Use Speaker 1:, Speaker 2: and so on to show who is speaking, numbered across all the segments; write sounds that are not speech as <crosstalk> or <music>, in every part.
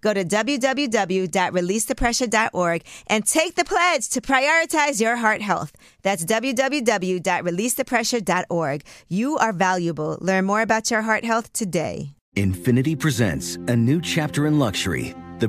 Speaker 1: Go to www.releasethepressure.org and take the pledge to prioritize your heart health. That's www.releasethepressure.org. You are valuable. Learn more about your heart health today.
Speaker 2: Infinity presents a new chapter in luxury, the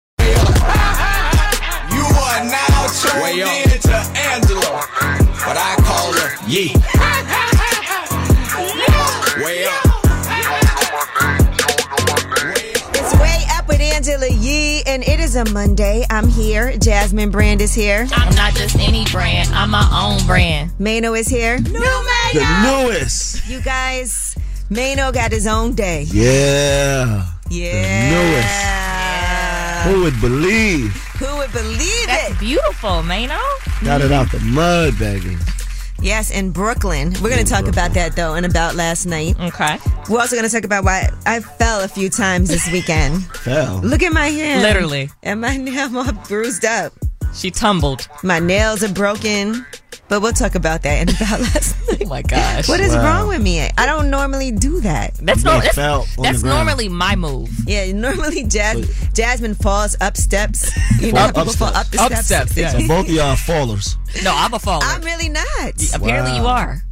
Speaker 3: You are now tuned in to Angela, but I call her
Speaker 4: <laughs>
Speaker 3: Yee. Way up.
Speaker 1: It's Way Up with Angela Yee, and it is a Monday. I'm here. Jasmine Brand is here.
Speaker 5: I'm not just any brand. I'm my own brand.
Speaker 1: Mano is here. New
Speaker 6: The newest.
Speaker 1: You guys, Mano got his own day.
Speaker 6: Yeah.
Speaker 1: Yeah.
Speaker 6: Who would believe?
Speaker 1: Who would believe
Speaker 5: That's
Speaker 1: it?
Speaker 5: beautiful, Mano.
Speaker 6: Got it out the mud, baby.
Speaker 1: Yes, in Brooklyn. We're going to talk about that, though, and about last night.
Speaker 5: Okay.
Speaker 1: We're also going to talk about why I fell a few times this
Speaker 6: <laughs>
Speaker 1: weekend.
Speaker 6: Fell.
Speaker 1: Look at my hand.
Speaker 5: Literally.
Speaker 1: And my nail I'm all bruised up.
Speaker 5: She tumbled.
Speaker 1: My nails are broken. But we'll talk about that in about <laughs> last night.
Speaker 5: Oh my gosh.
Speaker 1: What is
Speaker 6: Wow.
Speaker 1: wrong with me? I don't normally do that.
Speaker 5: That's no,
Speaker 6: They
Speaker 5: that's,
Speaker 6: fell on
Speaker 5: that's
Speaker 6: the ground.
Speaker 5: normally my move.
Speaker 1: Yeah, <laughs> normally Jas- Jasmine falls up steps. You know,
Speaker 6: Up-
Speaker 1: people
Speaker 6: up
Speaker 1: fall
Speaker 6: steps.
Speaker 1: up the
Speaker 5: Up
Speaker 1: steps.
Speaker 5: steps, yeah.
Speaker 6: So both of y'all fallers.
Speaker 5: No, I'm a follower.
Speaker 1: I'm really not.
Speaker 5: Apparently you are.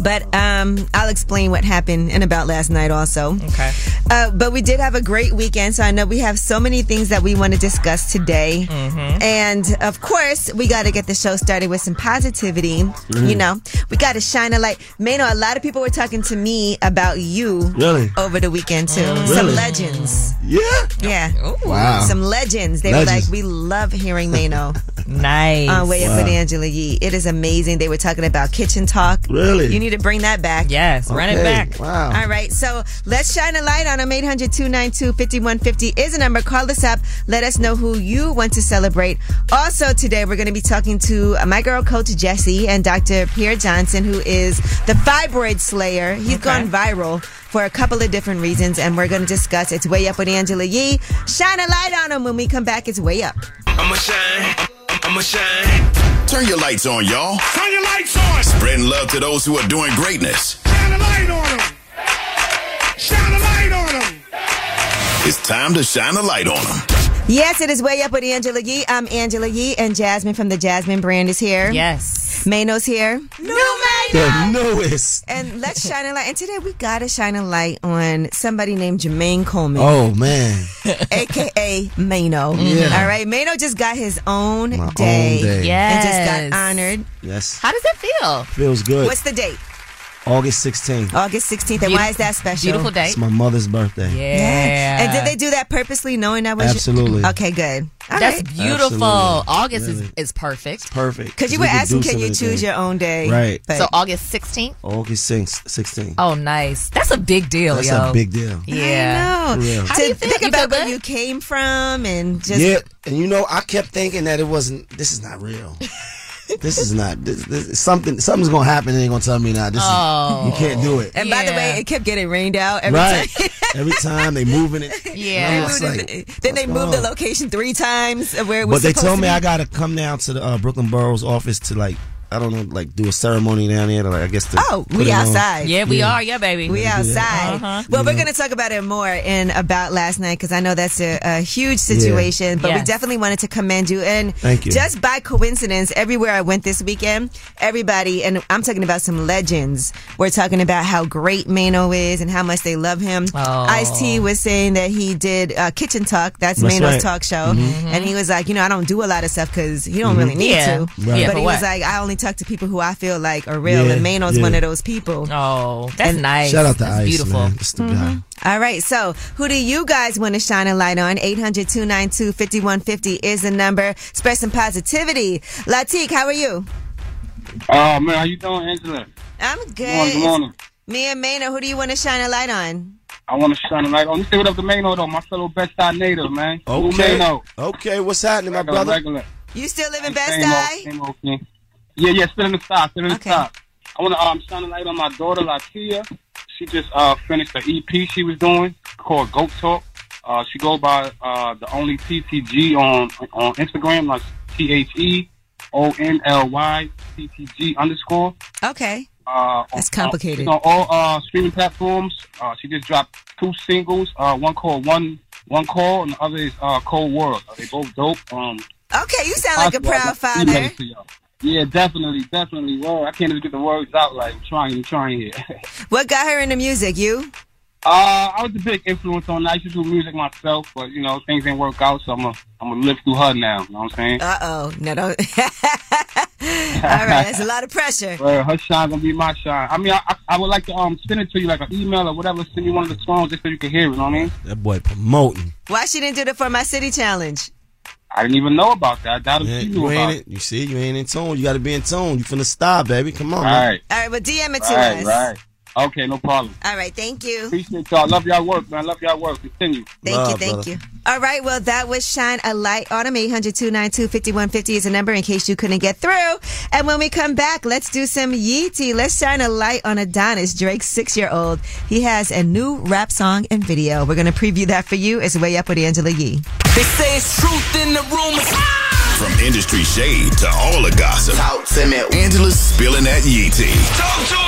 Speaker 1: But um, I'll explain what happened in about last night also.
Speaker 5: Okay.
Speaker 1: Uh, but we did have a great weekend, so I know we have so many things that we want to discuss today.
Speaker 5: Mm-hmm.
Speaker 1: And of course, we got to get the show started with some positivity.
Speaker 5: Mm-hmm.
Speaker 1: You know, we got to shine a light. Mano, a lot of people were talking to me about you
Speaker 6: Really?
Speaker 1: over the weekend too.
Speaker 5: Oh,
Speaker 1: Some
Speaker 6: Really?
Speaker 1: legends,
Speaker 6: Yeah.
Speaker 1: yeah.
Speaker 6: Wow.
Speaker 1: Some legends. They
Speaker 6: Legends.
Speaker 1: were like, we love hearing Mano
Speaker 6: <laughs>
Speaker 5: Nice.
Speaker 1: on uh, Way Up with Angela Yee. It is amazing. They were talking about kitchen talk.
Speaker 6: Really?
Speaker 1: You need to bring that back.
Speaker 5: yes, run it
Speaker 6: Okay,
Speaker 5: back.
Speaker 6: Wow.
Speaker 1: All right, so let's shine a light on them. 800 292 5150 is a number. Call us up. Let us know who you want to celebrate. Also, today we're going to be talking to my girl, Coach Jesse, and Dr. Pierre Johnson, who is the fibroid slayer. He's gone viral for a couple of different reasons, and we're going to discuss It's Way Up with Angela Yee. Shine a light on him when we come back. It's Way Up.
Speaker 4: I'ma shine. I'ma shine.
Speaker 3: Turn your lights on, y'all.
Speaker 4: Turn your lights on.
Speaker 3: Spreading love to those who are doing greatness.
Speaker 4: Shine a light on them. Shine a light on them.
Speaker 3: It's time to shine a light on them.
Speaker 1: Yes, it is Way Up with Angela Yee. I'm Angela Yee, and Jasmine from the Jasmine brand is here.
Speaker 5: Yes.
Speaker 1: Mano's here.
Speaker 6: The newest.
Speaker 1: And let's shine a light. And today we gotta shine a light on somebody named Jermaine Coleman,
Speaker 6: Oh
Speaker 1: <laughs>
Speaker 6: man.
Speaker 1: aka Mano.
Speaker 6: Yeah.
Speaker 1: All right, Mano just got his own
Speaker 6: My
Speaker 1: day,
Speaker 6: own day.
Speaker 1: and just
Speaker 5: Yes.
Speaker 1: got honored.
Speaker 6: Yes.
Speaker 5: How does that feel?
Speaker 6: Feels good.
Speaker 1: What's the date?
Speaker 6: August 16th.
Speaker 1: August sixteenth. And why is that special?
Speaker 5: Beautiful day.
Speaker 6: It's my mother's birthday.
Speaker 5: Yeah.
Speaker 1: Yeah. And did they do that purposely, knowing that was your-
Speaker 6: Absolutely.
Speaker 1: okay? Good. All
Speaker 5: That's beautiful.
Speaker 6: Absolutely.
Speaker 5: Oh, August
Speaker 6: Really.
Speaker 5: is, is perfect.
Speaker 6: Perfect.
Speaker 1: Because you were
Speaker 6: We could
Speaker 1: asking,
Speaker 6: do
Speaker 1: can
Speaker 6: some
Speaker 1: you
Speaker 6: of the
Speaker 1: choose
Speaker 6: things.
Speaker 1: your own day?
Speaker 6: Right.
Speaker 1: But
Speaker 5: So August 16th.
Speaker 6: August 6th, 16th.
Speaker 5: Oh, nice. That's a big deal,
Speaker 6: That's
Speaker 5: yo.
Speaker 6: a big deal.
Speaker 5: Yeah.
Speaker 1: I know.
Speaker 6: Yeah.
Speaker 1: To
Speaker 5: How do you feel?
Speaker 1: think
Speaker 5: You feel
Speaker 1: about where
Speaker 5: good?
Speaker 1: you came from and just
Speaker 6: yeah, and you know, I kept thinking that it wasn't. This is not
Speaker 1: <laughs>
Speaker 6: real. this is not. This, this, something. Something's gonna happen. And they're gonna tell me now. This is. You can't do it.
Speaker 1: Oh. And by the
Speaker 5: Yeah.
Speaker 1: way, it kept getting rained out every
Speaker 6: right.
Speaker 1: time. <laughs>
Speaker 6: every time they moving it.
Speaker 5: Yeah.
Speaker 6: And I'm
Speaker 5: They
Speaker 6: just
Speaker 1: moved
Speaker 6: like,
Speaker 1: it- then
Speaker 6: what's
Speaker 1: they moved the
Speaker 6: going on?
Speaker 1: location three times of where it was.
Speaker 6: But they
Speaker 1: supposed
Speaker 6: told
Speaker 1: to
Speaker 6: me
Speaker 1: be.
Speaker 6: I gotta come down to the uh, Brooklyn Borough's office to like I don't know, like do a ceremony down there. To, like, I guess. To
Speaker 1: Oh,
Speaker 6: put
Speaker 1: we
Speaker 6: it on.
Speaker 1: outside.
Speaker 5: Yeah, we are. Yeah, baby.
Speaker 1: We outside.
Speaker 5: Uh-huh.
Speaker 1: Well, we're going to talk about it more in about last night because I know that's a, a huge situation. But we
Speaker 5: Yes.
Speaker 1: definitely wanted to commend you. And
Speaker 6: Thank you.
Speaker 1: just by coincidence, everywhere I went this weekend, everybody, and I'm talking about some legends, were talking about how great Mano is and how much they love him.
Speaker 5: Oh.
Speaker 1: Ice T was saying that he did uh, Kitchen Talk. That's,
Speaker 6: That's
Speaker 1: Mano's
Speaker 6: right. Mm-hmm.
Speaker 1: talk show. And he was like, you know, I don't do a lot of stuff because you don't really need
Speaker 5: Mm-hmm. Yeah.
Speaker 1: to.
Speaker 5: Right. Yeah,
Speaker 1: But
Speaker 5: for
Speaker 1: he
Speaker 5: what?
Speaker 1: was like, I only talk to people who I feel like are real.
Speaker 6: Yeah,
Speaker 1: And Mano's
Speaker 6: yeah.
Speaker 1: one of those people. Hmm.
Speaker 5: Oh, that's nice.
Speaker 6: Shout out to
Speaker 5: that's
Speaker 6: Ice,
Speaker 5: beautiful.
Speaker 6: man. That's the guy.
Speaker 1: All right, so who do you guys want to shine a light on? 800 292 5150 is the number. Spread some positivity. Latik, how are you?
Speaker 7: Oh man, how you doing, Angela?
Speaker 1: I'm good.
Speaker 7: Good morning, good morning.
Speaker 1: Me and Mayna, who do you want to shine a light on?
Speaker 7: I want to shine a light on. Let's see what up to Mano though, my fellow Best Side native, man. Lil
Speaker 6: Okay.
Speaker 7: Mano,
Speaker 6: Okay. What's happening, my
Speaker 7: regular,
Speaker 6: brother?
Speaker 7: regular.
Speaker 1: You still live in Best
Speaker 7: Same old-
Speaker 1: Eye?
Speaker 7: same old thing. Yeah, yeah, still in the stock, still in the
Speaker 1: Okay.
Speaker 7: stock. I want to um, shine a light on my daughter, Latia. She just uh, finished the EP she was doing called Goat Talk. Uh, she go by uh, the only TTG on on Instagram, like T H E O N L Y T T G underscore.
Speaker 1: Okay.
Speaker 7: Uh,
Speaker 1: That's
Speaker 7: on-
Speaker 1: complicated.
Speaker 7: it's on all uh, streaming platforms. Uh, she just dropped two singles. Uh, one called One One Call, and the other is uh, Cold World. Uh, they both dope. Um,
Speaker 1: Okay, you sound like a
Speaker 7: possible, I got
Speaker 1: proud
Speaker 7: emails
Speaker 1: father.
Speaker 7: to y'all. Yeah, definitely, definitely. Well, I can't even get the words out. Like I'm trying, I'm trying here. <laughs>
Speaker 1: What got her into music? You?
Speaker 7: uh, I was a big influence on. that. I used to do music myself, but you know things didn't work out, so I'm gonna I'm gonna live through her now. You know what I'm saying?
Speaker 1: Uh oh. No, don't. <laughs> All right, that's a lot of pressure.
Speaker 7: Well, her shine gonna be my shine. I mean, I, I, I would like to um send it to you like an email or whatever. Send me one of the songs just so you can hear it. You know what I mean?
Speaker 6: That boy promoting.
Speaker 1: Why she didn't do the For My City Challenge?
Speaker 7: I didn't even know about that. I doubt if
Speaker 6: Yeah,
Speaker 7: she knew
Speaker 6: you
Speaker 7: about
Speaker 6: ain't
Speaker 7: it.
Speaker 6: it. You see, you ain't in tune. You got to be in tune. You finna stop, baby. Come on.
Speaker 7: All
Speaker 6: man.
Speaker 7: right,
Speaker 1: All right, well, DM it to
Speaker 7: all right,
Speaker 1: us.
Speaker 7: right. Okay, no problem.
Speaker 1: All right, thank you.
Speaker 7: Appreciate y'all. Love y'all work, man. Love y'all work. Continue.
Speaker 1: Thank you,
Speaker 6: Love,
Speaker 1: thank
Speaker 6: brother.
Speaker 1: you. All right, well, that was Shine a Light on 800 292 5150 is the number in case you couldn't get through. And when we come back, let's do some Yeezy. Let's shine a light on Adonis, Drake's six year old. He has a new rap song and video. We're going to preview that for you. It's Way Up with Angela Yee.
Speaker 3: They say it's truth in the room.
Speaker 8: From industry shade to all the gossip. Angela's spilling that yee tea.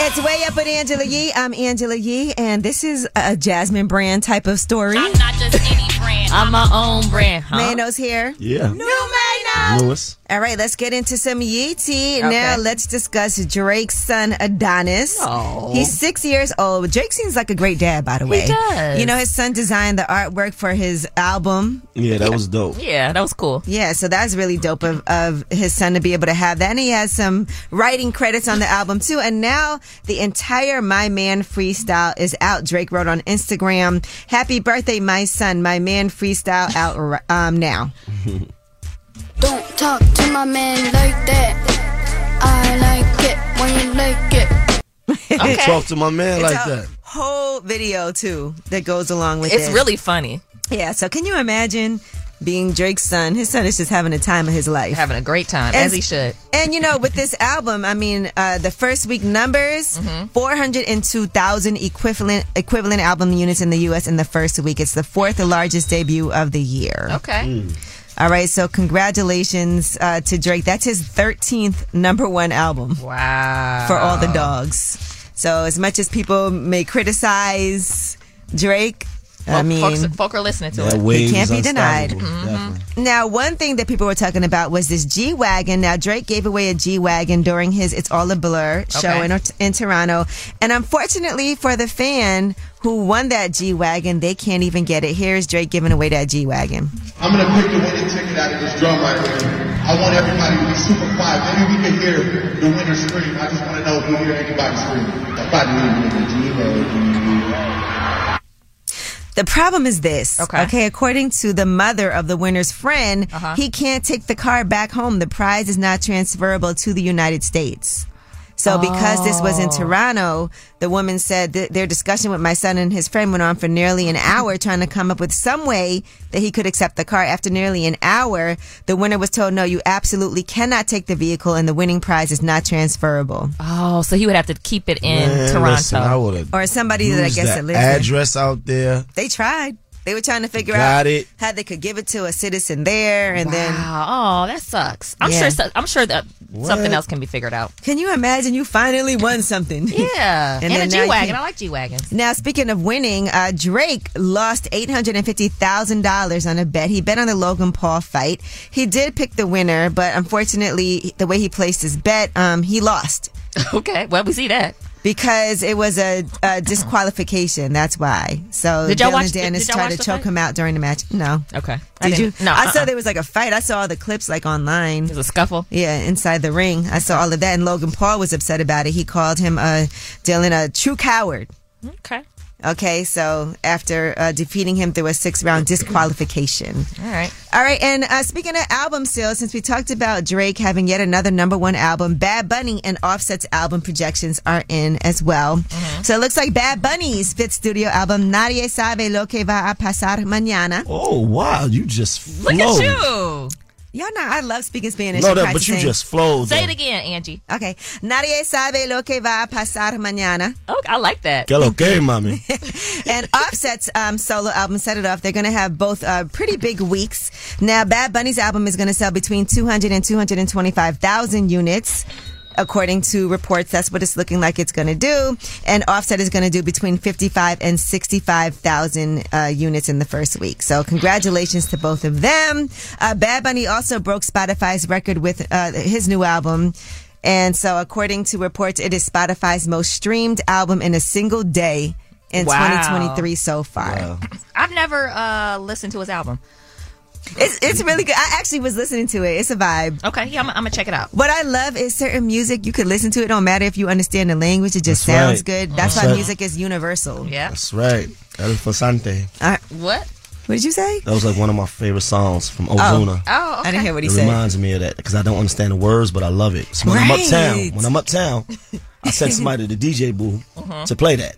Speaker 1: It's Way Up with Angela Yee. I'm Angela Yee, and this is a Jasmine brand type of story.
Speaker 9: not just any brand.
Speaker 5: I'm my own brand, huh?
Speaker 1: Mano's here.
Speaker 6: Yeah.
Speaker 1: New Mano!
Speaker 6: Lewis.
Speaker 1: All right, let's get into some Yeezy.
Speaker 5: Okay.
Speaker 1: Now let's discuss Drake's son Adonis.
Speaker 5: Oh.
Speaker 1: He's six years old. Drake seems like a great dad, by the way.
Speaker 5: does.
Speaker 1: You know, his son designed the artwork for his album.
Speaker 6: Yeah, that was dope.
Speaker 5: yeah, that was cool.
Speaker 1: Yeah, so that's really dope of, of his son to be able to have that. And he has some writing credits on the album too. And now the entire My Man freestyle is out. Drake wrote on Instagram, Happy birthday, my son. My Man freestyle out r- um, now.
Speaker 9: Don't talk to my man like that. I like it when you like it.
Speaker 6: I talk to my man like
Speaker 1: a
Speaker 6: that.
Speaker 1: Whole video too that goes along with it.
Speaker 5: It's really funny.
Speaker 1: Yeah, so can you imagine being Drake's son? His son is just having a time of his life.
Speaker 5: Having a great time,
Speaker 1: And-
Speaker 5: as he should.
Speaker 1: and you know, with this album, I mean, uh, the first week numbers,
Speaker 5: Mm-hmm.
Speaker 1: 402,000 equivalent equivalent album units in the US in the first week. It's the fourth largest debut of the year.
Speaker 5: Okay.
Speaker 6: Hmm.
Speaker 1: All right, so congratulations uh, to Drake. That's his 13th number 1 album
Speaker 5: Wow.
Speaker 1: for all the dogs. So as much as people may criticize Drake, I
Speaker 5: Folk- folks-
Speaker 1: mean,
Speaker 5: folk, are listening to
Speaker 6: That
Speaker 5: it. Mm-hmm.
Speaker 6: wave
Speaker 1: can't
Speaker 6: is
Speaker 1: be denied.
Speaker 6: unstoppable, definitely.
Speaker 1: Mm-hmm. Now, one thing that people were talking about was this G Wagon. Now, Drake gave away a G Wagon during his It's All a Blur show
Speaker 5: Okay.
Speaker 1: in, in Toronto. And unfortunately for the fan who won that G Wagon, they can't even get it. Here's Drake giving away that G Wagon.
Speaker 4: I'm gonna pick the winning ticket out of this drum right here. I want everybody to be super quiet. Maybe we can hear the winner scream. I just wanna know if we hear anybody scream. Somebody need to G
Speaker 1: The problem is this.
Speaker 5: Okay.
Speaker 1: Okay. According to the mother of the winner's friend,
Speaker 5: Uh-huh.
Speaker 1: he can't take the car back home. The prize is not transferable to the United States. So, because this was
Speaker 5: Oh.
Speaker 1: in Toronto, the woman said that their discussion with my son and his friend went on for nearly an hour trying to come up with some way that he could accept the car. After nearly an hour, the winner was told, no, you absolutely cannot take the vehicle and the winning prize is not transferable.
Speaker 5: Oh, so he would have to keep it in
Speaker 6: Man,
Speaker 5: Toronto.
Speaker 6: listen, I would have.
Speaker 1: Or somebody that I guess that lives there.
Speaker 6: address out there.
Speaker 1: They tried. They were trying to figure out
Speaker 6: Got it.
Speaker 1: how they could give it to a citizen there, and then
Speaker 5: oh, that sucks. I'm sure. so- I'm sure that something else can be figured out.
Speaker 1: Can you imagine? You finally won something. <laughs>
Speaker 5: Yeah, and,
Speaker 1: then
Speaker 5: a
Speaker 1: now you
Speaker 5: G wagon.
Speaker 1: can't-
Speaker 5: I like G wagons.
Speaker 1: Now, speaking of winning, uh, Drake lost $850,000 on a bet. He bet on the Logan Paul fight. He did pick the winner, but unfortunately, the way he placed his bet, um, he lost.
Speaker 5: <laughs> Okay, Eh, well, we see that.
Speaker 1: Because it was a, a disqualification. That's why. So
Speaker 5: Did y'all
Speaker 1: Dylan
Speaker 5: watch- did-
Speaker 1: Dennis
Speaker 5: did y'all
Speaker 1: tried
Speaker 5: watch
Speaker 1: to
Speaker 5: the
Speaker 1: choke
Speaker 5: fight?
Speaker 1: him out during the match. No.
Speaker 5: Okay. I
Speaker 1: Did you?
Speaker 5: didn't- no,
Speaker 1: I saw
Speaker 5: uh-uh.
Speaker 1: there was like a fight. I saw all the clips like online. It was
Speaker 5: a scuffle.
Speaker 1: Yeah, inside the ring. I saw all of that, and Logan Paul was upset about it. He called him uh, Dylan a true coward.
Speaker 5: Okay.
Speaker 1: Okay, so after uh, defeating him through a six round disqualification.
Speaker 5: All right.
Speaker 1: All right, and uh, speaking of album sales, since we talked about Drake having yet another number one album, Bad Bunny and Offset's album projections are in as well.
Speaker 5: Mm-hmm.
Speaker 1: So it looks like Bad Bunny's fifth studio album, Nadie Sabe Lo Que Va a Pasar Mañana.
Speaker 6: Oh wow, you just flowed.
Speaker 5: Oh.
Speaker 1: you! Y'all know I love speaking Spanish.
Speaker 6: No,
Speaker 1: and
Speaker 6: no, but you
Speaker 1: practicing.
Speaker 6: just flowed. though.
Speaker 5: again, Angie.
Speaker 1: Okay. Nadie sabe lo que va a pasar mañana.
Speaker 5: Oh, I like that.
Speaker 6: Que lo que, mommy.
Speaker 1: and Offset's um, solo album set it off. They're going to have both uh, pretty big weeks. Now, Bad Bunny's album is going to sell between 200 and 225,000 units. According to reports, that's what it's looking like it's going to do. And Offset is going to do between 55 and 65,000 uh, units in the first week. So congratulations to both of them. Uh, Bad Bunny also broke Spotify's record with uh, his new album. And so according to reports, it is Spotify's most streamed album in a single day in
Speaker 5: Wow.
Speaker 1: 2023 so far.
Speaker 5: I've never uh, listened to his album.
Speaker 1: It's, it's really good. I actually was listening to it. It's a vibe.
Speaker 5: Okay, yeah, I'm, I'm gonna check it out.
Speaker 1: What I love is certain music you could listen to. It don't matter if you understand the language. It just
Speaker 6: That's
Speaker 1: sounds
Speaker 6: right.
Speaker 1: good. That's,
Speaker 6: That's
Speaker 1: why
Speaker 6: right.
Speaker 1: music is universal.
Speaker 5: Yeah.
Speaker 6: That's right. El Fasante.
Speaker 5: What?
Speaker 1: What did you say?
Speaker 6: That was like one of my favorite songs from Ozuna.
Speaker 5: Oh, okay.
Speaker 1: I didn't hear what he
Speaker 6: it
Speaker 1: said.
Speaker 6: reminds me of that because I don't understand the words, but I love it. So when I'm
Speaker 1: Right.
Speaker 6: uptown, when I'm uptown, I send somebody to the DJ booth
Speaker 5: Mhm.
Speaker 6: to play that.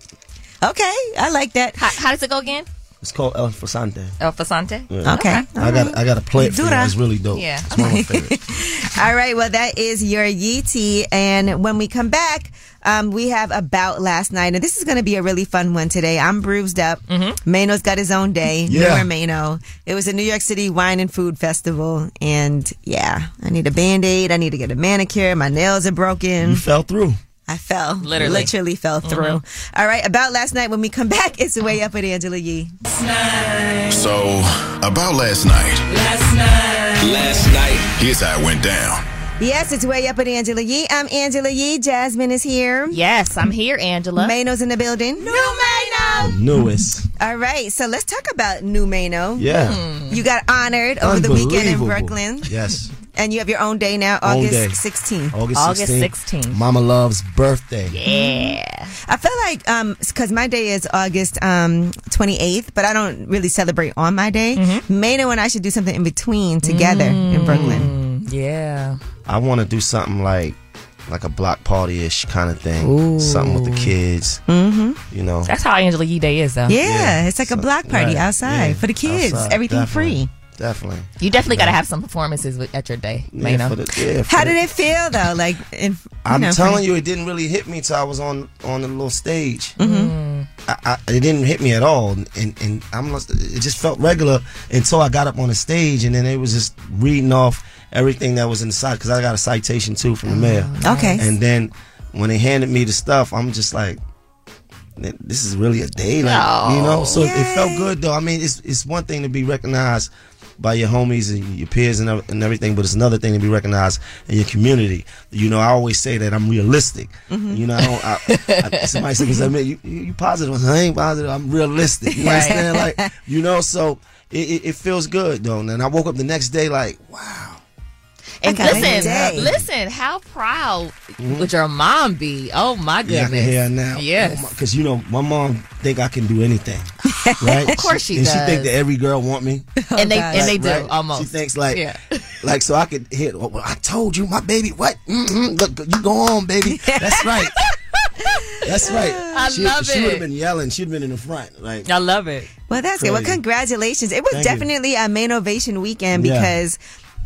Speaker 1: Okay, I like that.
Speaker 5: How, how does it go again?
Speaker 6: It's called El Fasante.
Speaker 5: El Fasante.
Speaker 6: Yeah.
Speaker 1: Okay.
Speaker 6: I got I got to play it for you.
Speaker 1: Dura.
Speaker 6: It's really dope.
Speaker 1: Yeah.
Speaker 6: It's one of my
Speaker 1: <laughs>
Speaker 6: favorites.
Speaker 1: All right, well, that is your Yee Tea. And when we come back, um, we have About Last Night. And this is going to be a really fun one today. I'm bruised up. Mano's got his own day.
Speaker 10: Yeah.
Speaker 1: Newer Mano. It was a New York City Wine and Food Festival. And yeah, I need a band aid. I need to get a manicure. My nails are broken.
Speaker 6: You fell through.
Speaker 1: I fell.
Speaker 6: Literally.
Speaker 1: Literally
Speaker 5: Oh,
Speaker 1: fell through. All right, About Last Night. When we come back, it's the way up with Angela Yee.
Speaker 8: So, about last night. Last night. Last night. Here's how it went down.
Speaker 1: Yes, it's way up with Angela Yee. I'm Angela Yee. Jasmine is here.
Speaker 5: Yes, I'm here, Angela.
Speaker 1: Mano's in the building. New Mano.
Speaker 6: Newest.
Speaker 1: All right, so let's talk about New Mano.
Speaker 6: Yeah.
Speaker 5: Hmm.
Speaker 1: You got honored over the weekend in
Speaker 6: Unbelievable.
Speaker 1: Brooklyn,
Speaker 6: Yes.
Speaker 1: and you have your own day now,
Speaker 6: Own
Speaker 1: August
Speaker 6: day.
Speaker 1: 16th.
Speaker 6: August, 16th. Mama Love's birthday.
Speaker 5: Yeah.
Speaker 1: I feel like um because my day is August um 28th, but I don't really celebrate on my day. Mano and I should do something in between together in Brooklyn.
Speaker 5: Yeah.
Speaker 6: I want to do something like like a block party ish kind of thing. Something with the kids.
Speaker 1: Mm-hmm.
Speaker 6: You know.
Speaker 5: That's how Angela Yee Day is, though.
Speaker 1: Yeah, it's like a block party
Speaker 6: right,
Speaker 1: outside
Speaker 6: yeah,
Speaker 1: for the kids.
Speaker 6: outside,
Speaker 1: Everything
Speaker 6: definitely,
Speaker 1: free.
Speaker 6: Definitely.
Speaker 5: You definitely got to have some performances with, at your day,
Speaker 6: Yeah,
Speaker 5: Mano.
Speaker 6: for the- yeah, for
Speaker 1: How
Speaker 6: the-
Speaker 1: did it feel though? Like, in, you
Speaker 6: I'm
Speaker 1: know,
Speaker 6: telling
Speaker 1: for-
Speaker 6: you, it didn't really hit me till I was on on the little stage.
Speaker 1: Mm-hmm.
Speaker 6: I, I, it didn't hit me at all, and and I'm not- it just felt regular until I got up on the stage, and then it was just reading off everything that was inside because I got a citation too from the mayor.
Speaker 1: Okay.
Speaker 6: and then when they handed me the stuff, I'm just like. This is really a day, like you know. So it felt good though. I mean, it's it's one thing to be recognized by your homies and your peers and, ev- and everything, but it's another thing to be recognized in your community. You know, I always say that I'm realistic.
Speaker 5: Mm-hmm.
Speaker 6: You know, I don't. I,
Speaker 5: <laughs>
Speaker 6: I, somebody says, "I mean, you, you you positive?" I said, "I ain't positive. I'm realistic." You
Speaker 3: Right.
Speaker 5: <laughs>
Speaker 6: understand? Like, you know, so it, it, it feels good though. And then I woke up the next day like,
Speaker 5: And
Speaker 6: I got a good
Speaker 5: listen,
Speaker 6: day.
Speaker 5: listen, how proud would your mom be? Oh my
Speaker 6: Yeah, I can
Speaker 5: goodness.
Speaker 6: hear her now.
Speaker 5: Yes.
Speaker 6: because you know my mom think I can
Speaker 5: <laughs>
Speaker 6: do anything, right?
Speaker 5: Of course she
Speaker 6: and
Speaker 5: does.
Speaker 6: she think that every girl want me,
Speaker 5: <laughs> and they and they do
Speaker 6: Right, right.
Speaker 5: almost.
Speaker 6: She thinks like,
Speaker 5: Yeah.
Speaker 6: like so I could hear. Well, I told you, my baby. What? Mm-mm, look, you go on, baby. That's right. That's right.
Speaker 1: I
Speaker 6: she,
Speaker 1: love
Speaker 6: She would
Speaker 1: it.
Speaker 6: have been yelling. She'd been in the front. Like
Speaker 5: I love it.
Speaker 1: Well, that's good. Well,
Speaker 6: Crazy.
Speaker 1: congratulations. It was
Speaker 6: Thank you.
Speaker 1: definitely a main ovation weekend
Speaker 6: Yeah.
Speaker 1: because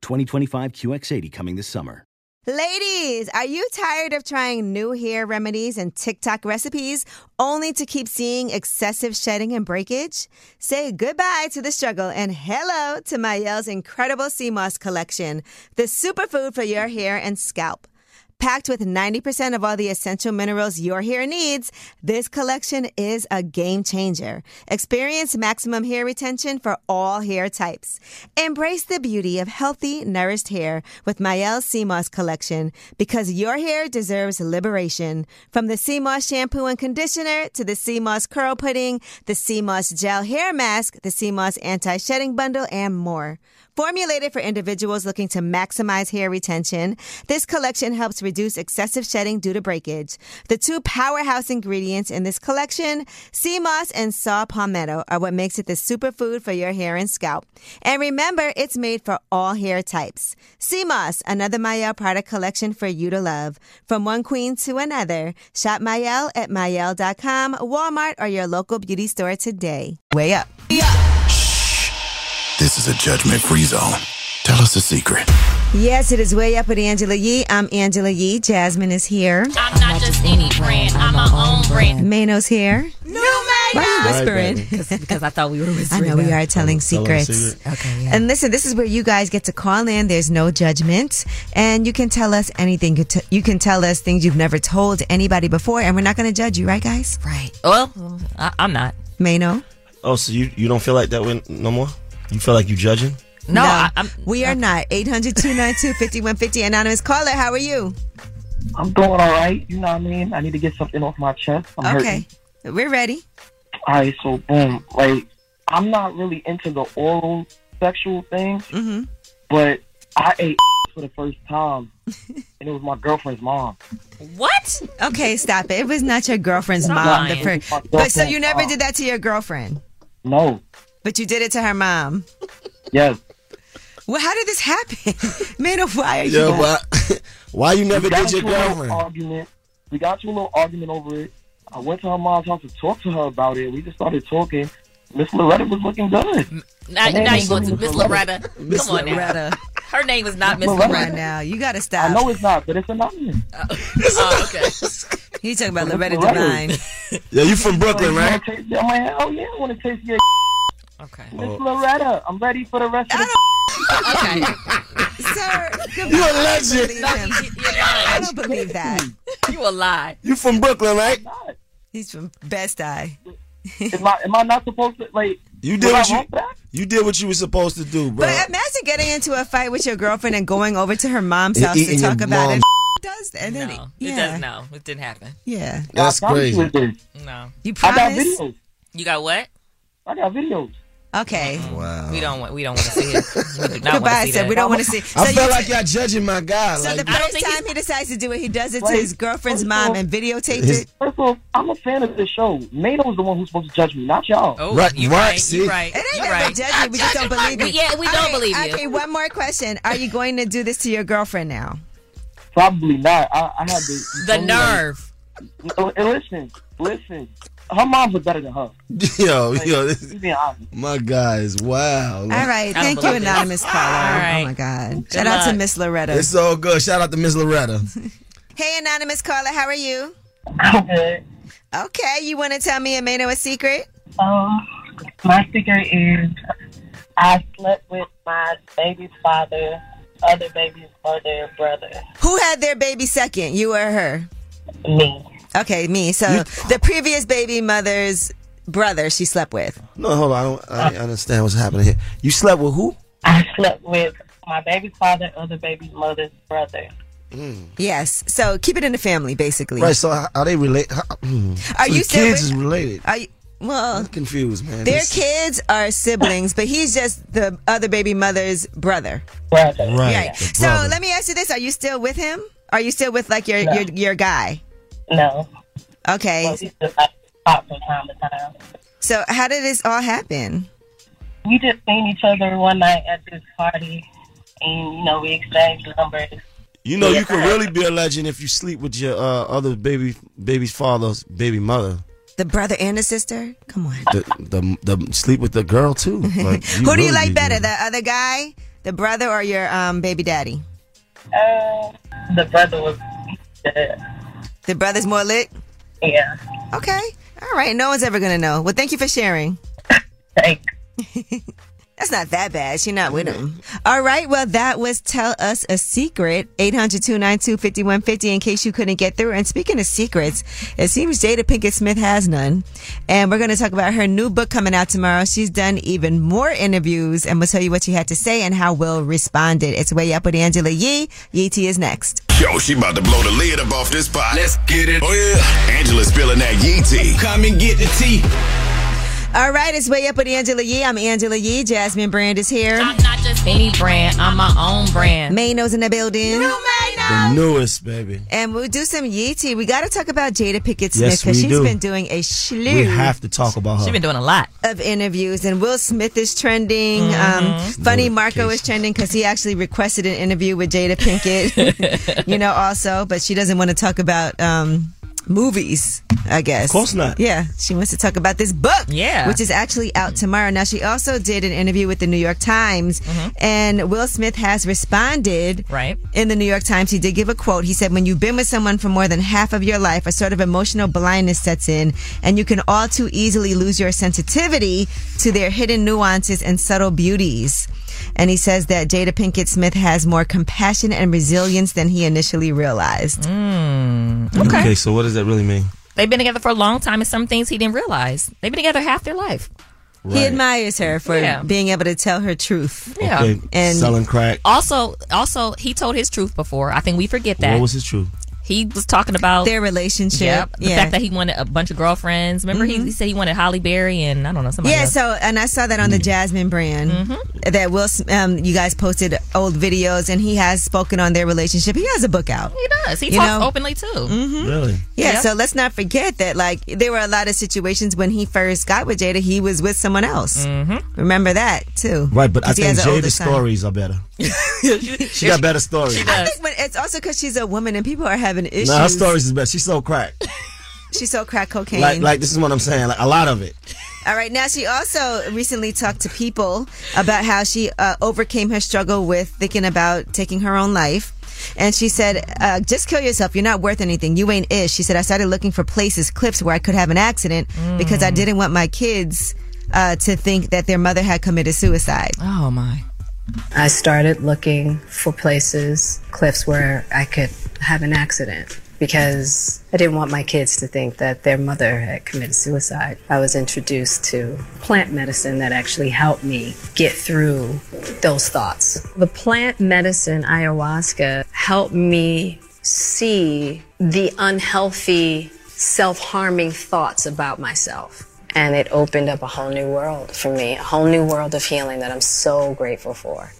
Speaker 2: 2025 QX80 coming this summer.
Speaker 1: Ladies, are you tired of trying new hair remedies and TikTok recipes only to keep seeing excessive shedding and breakage? Say goodbye to the struggle and hello to Mayelle's incredible sea moss collection, the superfood for your hair and scalp. Packed with 90% of all the essential minerals your hair needs, this collection is a game changer. Experience maximum hair retention for all hair types. Embrace the beauty of healthy, nourished hair with Mayel CMOS collection because your hair deserves liberation. From the CMOS shampoo and conditioner to the CMOS curl pudding, the CMOS gel hair mask, the CMOS anti shedding bundle, and more. Formulated for individuals looking to maximize hair retention, this collection helps reduce excessive shedding due to breakage. The two powerhouse ingredients in this collection, sea moss and saw palmetto, are what makes it the superfood for your hair and scalp. And remember, it's made for all hair types. Sea moss, another Mayel product collection for you to love. From one queen to another, shop Mayel at Mayel.com, Walmart, or your local beauty store today. Way up.
Speaker 8: This is a judgment free zone. Tell us a secret.
Speaker 1: Yes, it is way up with Angela Yee. I'm Angela Yee. Jasmine is here.
Speaker 11: I'm not just any brand. I'm my own brand.
Speaker 1: Mano's here. Why are you
Speaker 5: Right, <laughs>
Speaker 1: whispering?
Speaker 5: because I thought we were
Speaker 1: I
Speaker 5: whispering.
Speaker 1: know we are telling
Speaker 5: Tell them a
Speaker 1: secrets.
Speaker 5: secret. Okay,
Speaker 1: And listen, this is where you guys get to call in. There's no judgment, and you can tell us anything. You, t- you can tell us things you've never told anybody before, and we're not going to judge you, right, guys? Right.
Speaker 5: Well, I, I'm not.
Speaker 1: Mano.
Speaker 6: Oh, so you you don't feel like that way no more? You feel like you judging?
Speaker 1: No, we are not. 800 292 5150. Anonymous caller, how are you?
Speaker 12: I'm doing all right. You know what I mean? I need to get something off my chest. I'm
Speaker 1: okay. We're ready.
Speaker 12: hurting. All right, so boom. Like, I'm not really into the oral sexual thing,
Speaker 5: Mm-hmm.
Speaker 12: but I ate <laughs> for the first time, and it was my girlfriend's mom.
Speaker 1: What? Okay, stop it. It was not your girlfriend's
Speaker 12: Stop
Speaker 1: mom. The
Speaker 12: lying.
Speaker 1: first.
Speaker 12: My
Speaker 1: But so
Speaker 12: girlfriend's
Speaker 1: you never
Speaker 12: mom.
Speaker 1: did that to your girlfriend,
Speaker 12: No.
Speaker 1: but you did it to her mom.
Speaker 12: Yes.
Speaker 1: Well, how did this happen? <laughs> Mano, why are you?
Speaker 6: Yo, why, <laughs> why you never
Speaker 12: We got
Speaker 6: did your
Speaker 12: into a little
Speaker 6: girlfriend?
Speaker 12: Argument. We got to a little argument over it. I went to her mom's house to talk to her about it. We just started talking. Miss Loretta was looking good.
Speaker 5: Now,
Speaker 12: Hey,
Speaker 5: now
Speaker 12: Miss
Speaker 5: you going to
Speaker 12: Loretta.
Speaker 5: Miss Loretta.
Speaker 12: Miss
Speaker 5: Come on
Speaker 12: Loretta.
Speaker 5: now. Her name is not Miss
Speaker 12: Loretta.
Speaker 5: Loretta.
Speaker 1: now. You got to
Speaker 12: I
Speaker 1: stop.
Speaker 12: know it's not, but it's anonymous.
Speaker 5: <laughs> Oh,
Speaker 1: <laughs>
Speaker 5: okay.
Speaker 1: He's talking about Loretta
Speaker 12: Loretta. Oh,
Speaker 1: Devine.
Speaker 6: Yeah, you from Brooklyn,
Speaker 12: You wanna
Speaker 6: right?
Speaker 12: taste- I'm like, hell yeah, I want to taste your.
Speaker 5: Okay.
Speaker 6: Oh.
Speaker 12: Miss Loretta, I'm ready for the rest of the.
Speaker 6: <laughs>
Speaker 5: Okay.
Speaker 1: Sir,
Speaker 6: You a legend.
Speaker 5: No, you- you're lying.
Speaker 1: I don't believe that.
Speaker 5: You a lie.
Speaker 6: You from Brooklyn, right?
Speaker 1: He's from Best Eye.
Speaker 12: am, I, am I not supposed to like?
Speaker 6: You did
Speaker 12: I
Speaker 6: what you
Speaker 12: want
Speaker 6: you did what you were supposed to do, bro.
Speaker 1: But imagine getting into a fight with your girlfriend and going over to her mom's
Speaker 6: And
Speaker 1: house to
Speaker 6: eating
Speaker 1: talk
Speaker 6: your
Speaker 1: about
Speaker 6: mom's
Speaker 1: it. Does and then
Speaker 5: No,
Speaker 1: yeah.
Speaker 5: it does no. It didn't happen.
Speaker 1: Yeah.
Speaker 6: That's
Speaker 12: I promise
Speaker 6: crazy.
Speaker 12: you
Speaker 5: No.
Speaker 12: I
Speaker 1: You
Speaker 12: got
Speaker 1: promise?
Speaker 12: videos.
Speaker 5: You got what?
Speaker 12: I got videos.
Speaker 1: Okay.
Speaker 6: Wow.
Speaker 5: We don't want. We don't want to see it. We do not
Speaker 1: Goodbye,
Speaker 5: want to see
Speaker 1: sir.
Speaker 5: that.
Speaker 1: We don't want to see.
Speaker 6: I
Speaker 1: So
Speaker 6: feel
Speaker 1: you-
Speaker 6: like y'all judging my guy.
Speaker 1: So
Speaker 6: like,
Speaker 1: the first time he decides to do it, he does it to
Speaker 12: Wait.
Speaker 1: his girlfriend's mom and videotapes
Speaker 6: His-
Speaker 1: it.
Speaker 12: First of all, I'm a fan of the show. Mano's the one who's supposed to judge me, not y'all.
Speaker 5: Oh,
Speaker 6: Right,
Speaker 5: you
Speaker 6: right,
Speaker 5: right.
Speaker 6: see?
Speaker 5: You right.
Speaker 1: It ain't
Speaker 5: You
Speaker 1: that
Speaker 5: right.
Speaker 1: they judge you. We just don't believe you.
Speaker 5: We- yeah, we
Speaker 1: All
Speaker 5: don't
Speaker 1: right,
Speaker 5: believe you.
Speaker 1: Okay, one more question. Are you going to do this to your girlfriend now?
Speaker 12: Probably not. I, I had the
Speaker 5: <laughs> The nerve.
Speaker 12: No, and listen, listen. Her mom was better than her.
Speaker 6: yo, yo, this,
Speaker 12: You being honest.
Speaker 6: my guy is wild.
Speaker 1: All right.
Speaker 5: I don't
Speaker 1: Thank you,
Speaker 5: believe this.
Speaker 1: anonymous caller.
Speaker 5: right.
Speaker 1: Oh my God. Shout out to
Speaker 5: luck.
Speaker 1: Miss Loretta.
Speaker 6: It's all good. Shout out to Miss
Speaker 1: <laughs>
Speaker 6: Loretta.
Speaker 1: Hey, anonymous caller, how are you?
Speaker 13: Okay.
Speaker 1: Okay, you want to tell me and Mano a secret?
Speaker 13: Um, my secret is I slept with my baby's father, other babies, or their brother.
Speaker 1: Who had their baby second? You or her?
Speaker 13: Me.
Speaker 1: Okay, me. So the previous baby mother's brother she slept with.
Speaker 6: No, hold on. I don't I don't understand what's happening here. You slept with who?
Speaker 13: I slept with my baby's father, other baby's mother's brother.
Speaker 1: Yes. So keep it in the family, basically.
Speaker 6: Right. So how- are they related?
Speaker 1: Are you
Speaker 6: the
Speaker 1: still
Speaker 6: kids
Speaker 1: with-
Speaker 6: is related?
Speaker 1: Are you, well,
Speaker 6: I'm confused, man.
Speaker 1: their
Speaker 6: This-
Speaker 1: kids are siblings, but he's just the other baby mother's brother.
Speaker 13: Brother.
Speaker 6: Right.
Speaker 1: Right.
Speaker 6: the
Speaker 1: So
Speaker 6: brother.
Speaker 1: let me ask you this: Are you still with him? Are you still with like your
Speaker 13: No.
Speaker 1: your your guy?
Speaker 13: No.
Speaker 1: Okay.
Speaker 13: Well, we just like to talk from time to time.
Speaker 1: so how did this all happen?
Speaker 13: We just seen each other one night at this party, and you know we exchanged numbers.
Speaker 6: You know, you can really be a legend if you sleep with your uh, other baby, baby's father's baby mother.
Speaker 1: The brother and the sister? Come on.
Speaker 6: The, the, the sleep with the girl too.
Speaker 1: <laughs>
Speaker 6: Like,
Speaker 1: Who do you
Speaker 6: really
Speaker 1: like
Speaker 6: be
Speaker 1: better,
Speaker 6: doing-
Speaker 1: the other guy, the brother, or your um, baby daddy?
Speaker 13: Uh, the brother was dead.
Speaker 1: The brother's more lit.
Speaker 13: Yeah.
Speaker 1: Okay. All right. No one's ever gonna know. Well, thank you for sharing.
Speaker 13: Thanks.
Speaker 1: <laughs> That's not that bad. She's not with him. All right. Well, that was Tell Us a Secret, 800 292 5150, in case you couldn't get through. And speaking of secrets, it seems Jada Pinkett Smith has none. And we're going to talk about her new book coming out tomorrow. She's done even more interviews and we'll tell you what she had to say and how Will responded. It's Way Up with Angela Yee. Yee T is next.
Speaker 8: Yo, she about to blow the lid up off this pot. Let's get it. Oh, yeah. Angela spilling that yee tea. Come and get the tea.
Speaker 1: All right. It's Way Up with Angela Yee. I'm Angela Yee. Jasmine Brand is here. I'm
Speaker 5: not just any brand. I'm my own brand.
Speaker 1: Mayno's in the building.
Speaker 6: The newest, baby.
Speaker 1: And we'll do some Yee T. We got to talk about Jada Pickett Smith
Speaker 6: Yes,
Speaker 1: because
Speaker 6: we
Speaker 1: she's
Speaker 6: do.
Speaker 1: been doing a slew.
Speaker 6: We have to talk about her.
Speaker 5: She's been doing a lot Mm-hmm.
Speaker 1: of interviews, and Will Smith is trending. Um, Funny Marco is trending because he actually requested an interview with Jada Pinkett, <laughs> you know, also, but she doesn't want to talk about um, movies, I guess. Of
Speaker 6: course not.
Speaker 1: Yeah, she wants to talk about this book,
Speaker 6: Yeah.
Speaker 1: which is actually out tomorrow. Now, she also did an interview with the New York Times, and Will Smith has responded.
Speaker 5: Right.
Speaker 1: In the New York Times, he did give a quote. He said, When you've been with someone for more than half of your life, a sort of emotional blindness sets in, and you can all too easily lose your sensitivity to their hidden nuances and subtle beauties. And he says that Jada Pinkett Smith has more compassion and resilience than he initially realized.
Speaker 6: Okay. so what does that really mean?
Speaker 5: They've been together for a long time, and some things he didn't realize. They've been together half their life.
Speaker 1: He admires her for
Speaker 5: Yeah.
Speaker 1: being able to tell her truth.
Speaker 5: Yeah. Okay,
Speaker 1: And
Speaker 6: selling crack.
Speaker 5: Also, also, he told his truth before. I think we forget that.
Speaker 6: What was his truth?
Speaker 5: He was talking about
Speaker 1: their relationship.
Speaker 5: Yep, the
Speaker 1: Yeah. Mm-hmm.
Speaker 5: fact that he wanted a bunch of girlfriends. Remember, he, he said he wanted Holly Berry and I don't know somebody.
Speaker 1: yeah,
Speaker 5: else.
Speaker 1: so and I saw that
Speaker 6: Mm.
Speaker 1: on the Jasmine brand
Speaker 5: Mm-hmm.
Speaker 1: that Will Sm- um, you guys posted old videos and he has spoken on their relationship. He has a book out.
Speaker 5: he does. He
Speaker 1: You
Speaker 5: talks
Speaker 1: know?
Speaker 5: openly too. Mm-hmm.
Speaker 6: Really?
Speaker 1: Yeah, so let's not forget that like there were a lot of situations when he first got with Jada, he was with someone else.
Speaker 5: Mm.
Speaker 1: Mm-hmm. Remember that too.
Speaker 6: Right, but I
Speaker 1: 'Cause he
Speaker 6: think
Speaker 1: has an older
Speaker 6: Jada's
Speaker 1: son.
Speaker 6: stories are
Speaker 1: <laughs>
Speaker 6: better. she got better stories.
Speaker 1: I think when, it's also because she's a woman and people are having issues.
Speaker 6: Nah, her stories is better. She sold crack.
Speaker 1: She sold crack cocaine.
Speaker 6: Like, like this is what I'm saying. Like a lot of it.
Speaker 1: All right, now she also recently talked to people about how she uh, overcame her struggle with thinking about taking her own life. And she said, uh, just kill yourself. You're not worth anything. You ain't ish. She said, I started looking for places, cliffs where I could have an accident because
Speaker 6: Mm.
Speaker 1: I didn't want my kids uh, to think that their mother had committed suicide.
Speaker 5: Oh, my.
Speaker 14: I started looking for places, cliffs where I could have an accident because I didn't want my kids to think that their mother had committed suicide. I was introduced to plant medicine that actually helped me get through those thoughts. The plant medicine, ayahuasca, helped me see the unhealthy, self harming thoughts about myself. And it opened up a whole new world for me, a whole new world of healing that I'm so grateful for.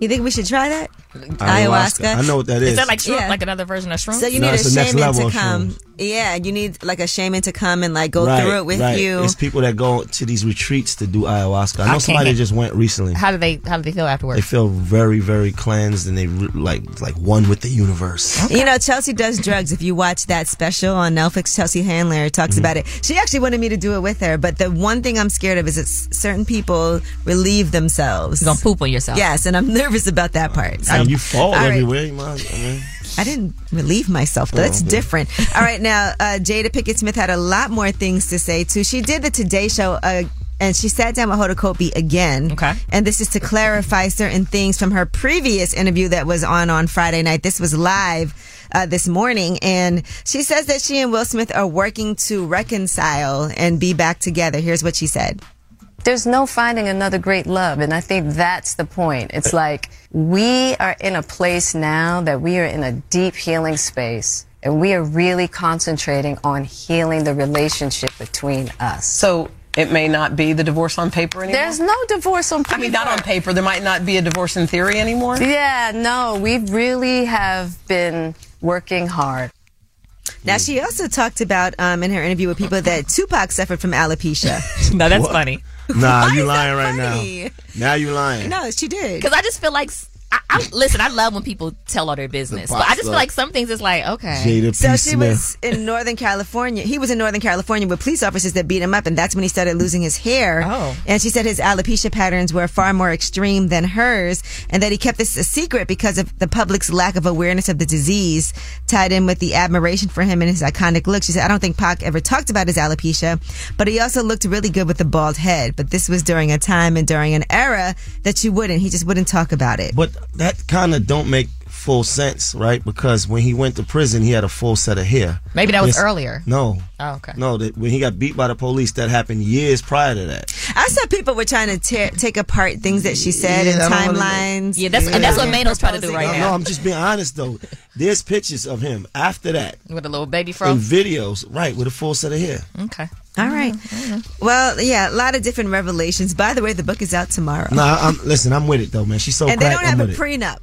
Speaker 1: You think we should try that?
Speaker 6: Ayahuasca. I know what that
Speaker 5: Is
Speaker 6: is.
Speaker 5: that like shroom, like another version of shrooms?
Speaker 1: So you
Speaker 6: No,
Speaker 1: need a
Speaker 6: it's the next
Speaker 1: shaman
Speaker 6: level
Speaker 1: to
Speaker 6: of
Speaker 1: come. Yeah, you need like a shaman to come and like go
Speaker 6: right,
Speaker 1: through it with
Speaker 6: right.
Speaker 1: you.
Speaker 6: It's people that go to these retreats to do ayahuasca. I know
Speaker 5: I
Speaker 6: somebody
Speaker 5: can't-
Speaker 6: just went recently.
Speaker 5: How do they How do they feel afterwards?
Speaker 6: They feel very, very cleansed and they re- like like one with the universe.
Speaker 1: You know, Chelsea does drugs. If you watch that special on Netflix, Chelsea Handler talks
Speaker 5: Mm-hmm.
Speaker 1: about it. She actually wanted me to do it with her, but the one thing I'm scared of is that s- certain people relieve themselves.
Speaker 5: You're gonna poop on yourself.
Speaker 1: Yes, and I'm nervous about that part. So-
Speaker 6: and you fall
Speaker 1: All right.
Speaker 6: everywhere. You might, I mean,
Speaker 1: I didn't relieve myself. Though. That's
Speaker 6: Oh, okay.
Speaker 1: different. All right, now uh, Jada Pickett Smith had a lot more things to say too. She did the Today Show. Uh, and she sat down with Hoda Kotb again. Okay. And this is to clarify certain things from her previous interview that was on on Friday night. This was live uh, this morning. And she says that she and Will Smith are working to reconcile and be back together. Here's what she said.
Speaker 14: There's no finding another great love, and I think that's the point. It's like we are in a place now that we are in a deep healing space, and we are really concentrating on healing the relationship between us. So
Speaker 15: It may not be the divorce on paper anymore.
Speaker 14: There's no divorce on paper.
Speaker 15: I mean, not on paper. There might not be a divorce in theory anymore.
Speaker 14: Yeah, no, we really have been working hard.
Speaker 1: Now, she also talked about um, in her interview with people that Tupac suffered from alopecia.
Speaker 5: no, that's
Speaker 6: What?
Speaker 5: funny.
Speaker 6: Nah,
Speaker 1: <laughs>
Speaker 6: you
Speaker 1: Why is that
Speaker 6: lying right
Speaker 1: funny?
Speaker 6: now. Now you lying.
Speaker 1: No, she did.
Speaker 5: Because I just feel like I, I listen. I love when people tell all their business, but I just feel
Speaker 1: boxer.
Speaker 5: like some things it's like okay.
Speaker 6: Jada
Speaker 1: so
Speaker 6: P.
Speaker 1: she was in Northern California. He was in Northern California with police officers that beat him up, and that's when he started losing his hair. Oh. And she said his alopecia patterns were far more extreme than hers, and that he kept this a secret because of the public's lack of awareness of the disease, tied in with the admiration for him and his iconic look. She said, I don't think Pac ever talked about his alopecia, but he also looked really good with the bald head. But this was during a time and during an era that you wouldn't. He just wouldn't talk about it.
Speaker 6: But that kind of don't make full sense, right? Because when he went to prison, he had a full set of hair.
Speaker 5: Maybe that was
Speaker 6: It's-
Speaker 5: earlier.
Speaker 6: No.
Speaker 5: Oh, okay.
Speaker 6: No, that when he got beat by the police, that happened years prior to that.
Speaker 1: I saw people were trying to tear, take apart things that she said
Speaker 6: Yeah, I
Speaker 1: and
Speaker 6: don't wanna-
Speaker 1: timelines.
Speaker 5: Yeah, that's- and that's what Manos trying to do right
Speaker 6: no,
Speaker 5: now.
Speaker 6: no, I'm just being honest though. There's pictures of him after that
Speaker 5: with a little baby fro.
Speaker 6: in videos, right, with a full set of hair.
Speaker 5: Okay.
Speaker 1: All right.
Speaker 5: Mm-hmm.
Speaker 1: Well, yeah, a lot of different revelations. By the way, the book is out tomorrow.
Speaker 6: Nah, I'm listen. I'm with it though, man. She's so
Speaker 1: and they
Speaker 6: crack.
Speaker 1: don't
Speaker 6: I'm
Speaker 1: have a
Speaker 6: with it.
Speaker 1: prenup.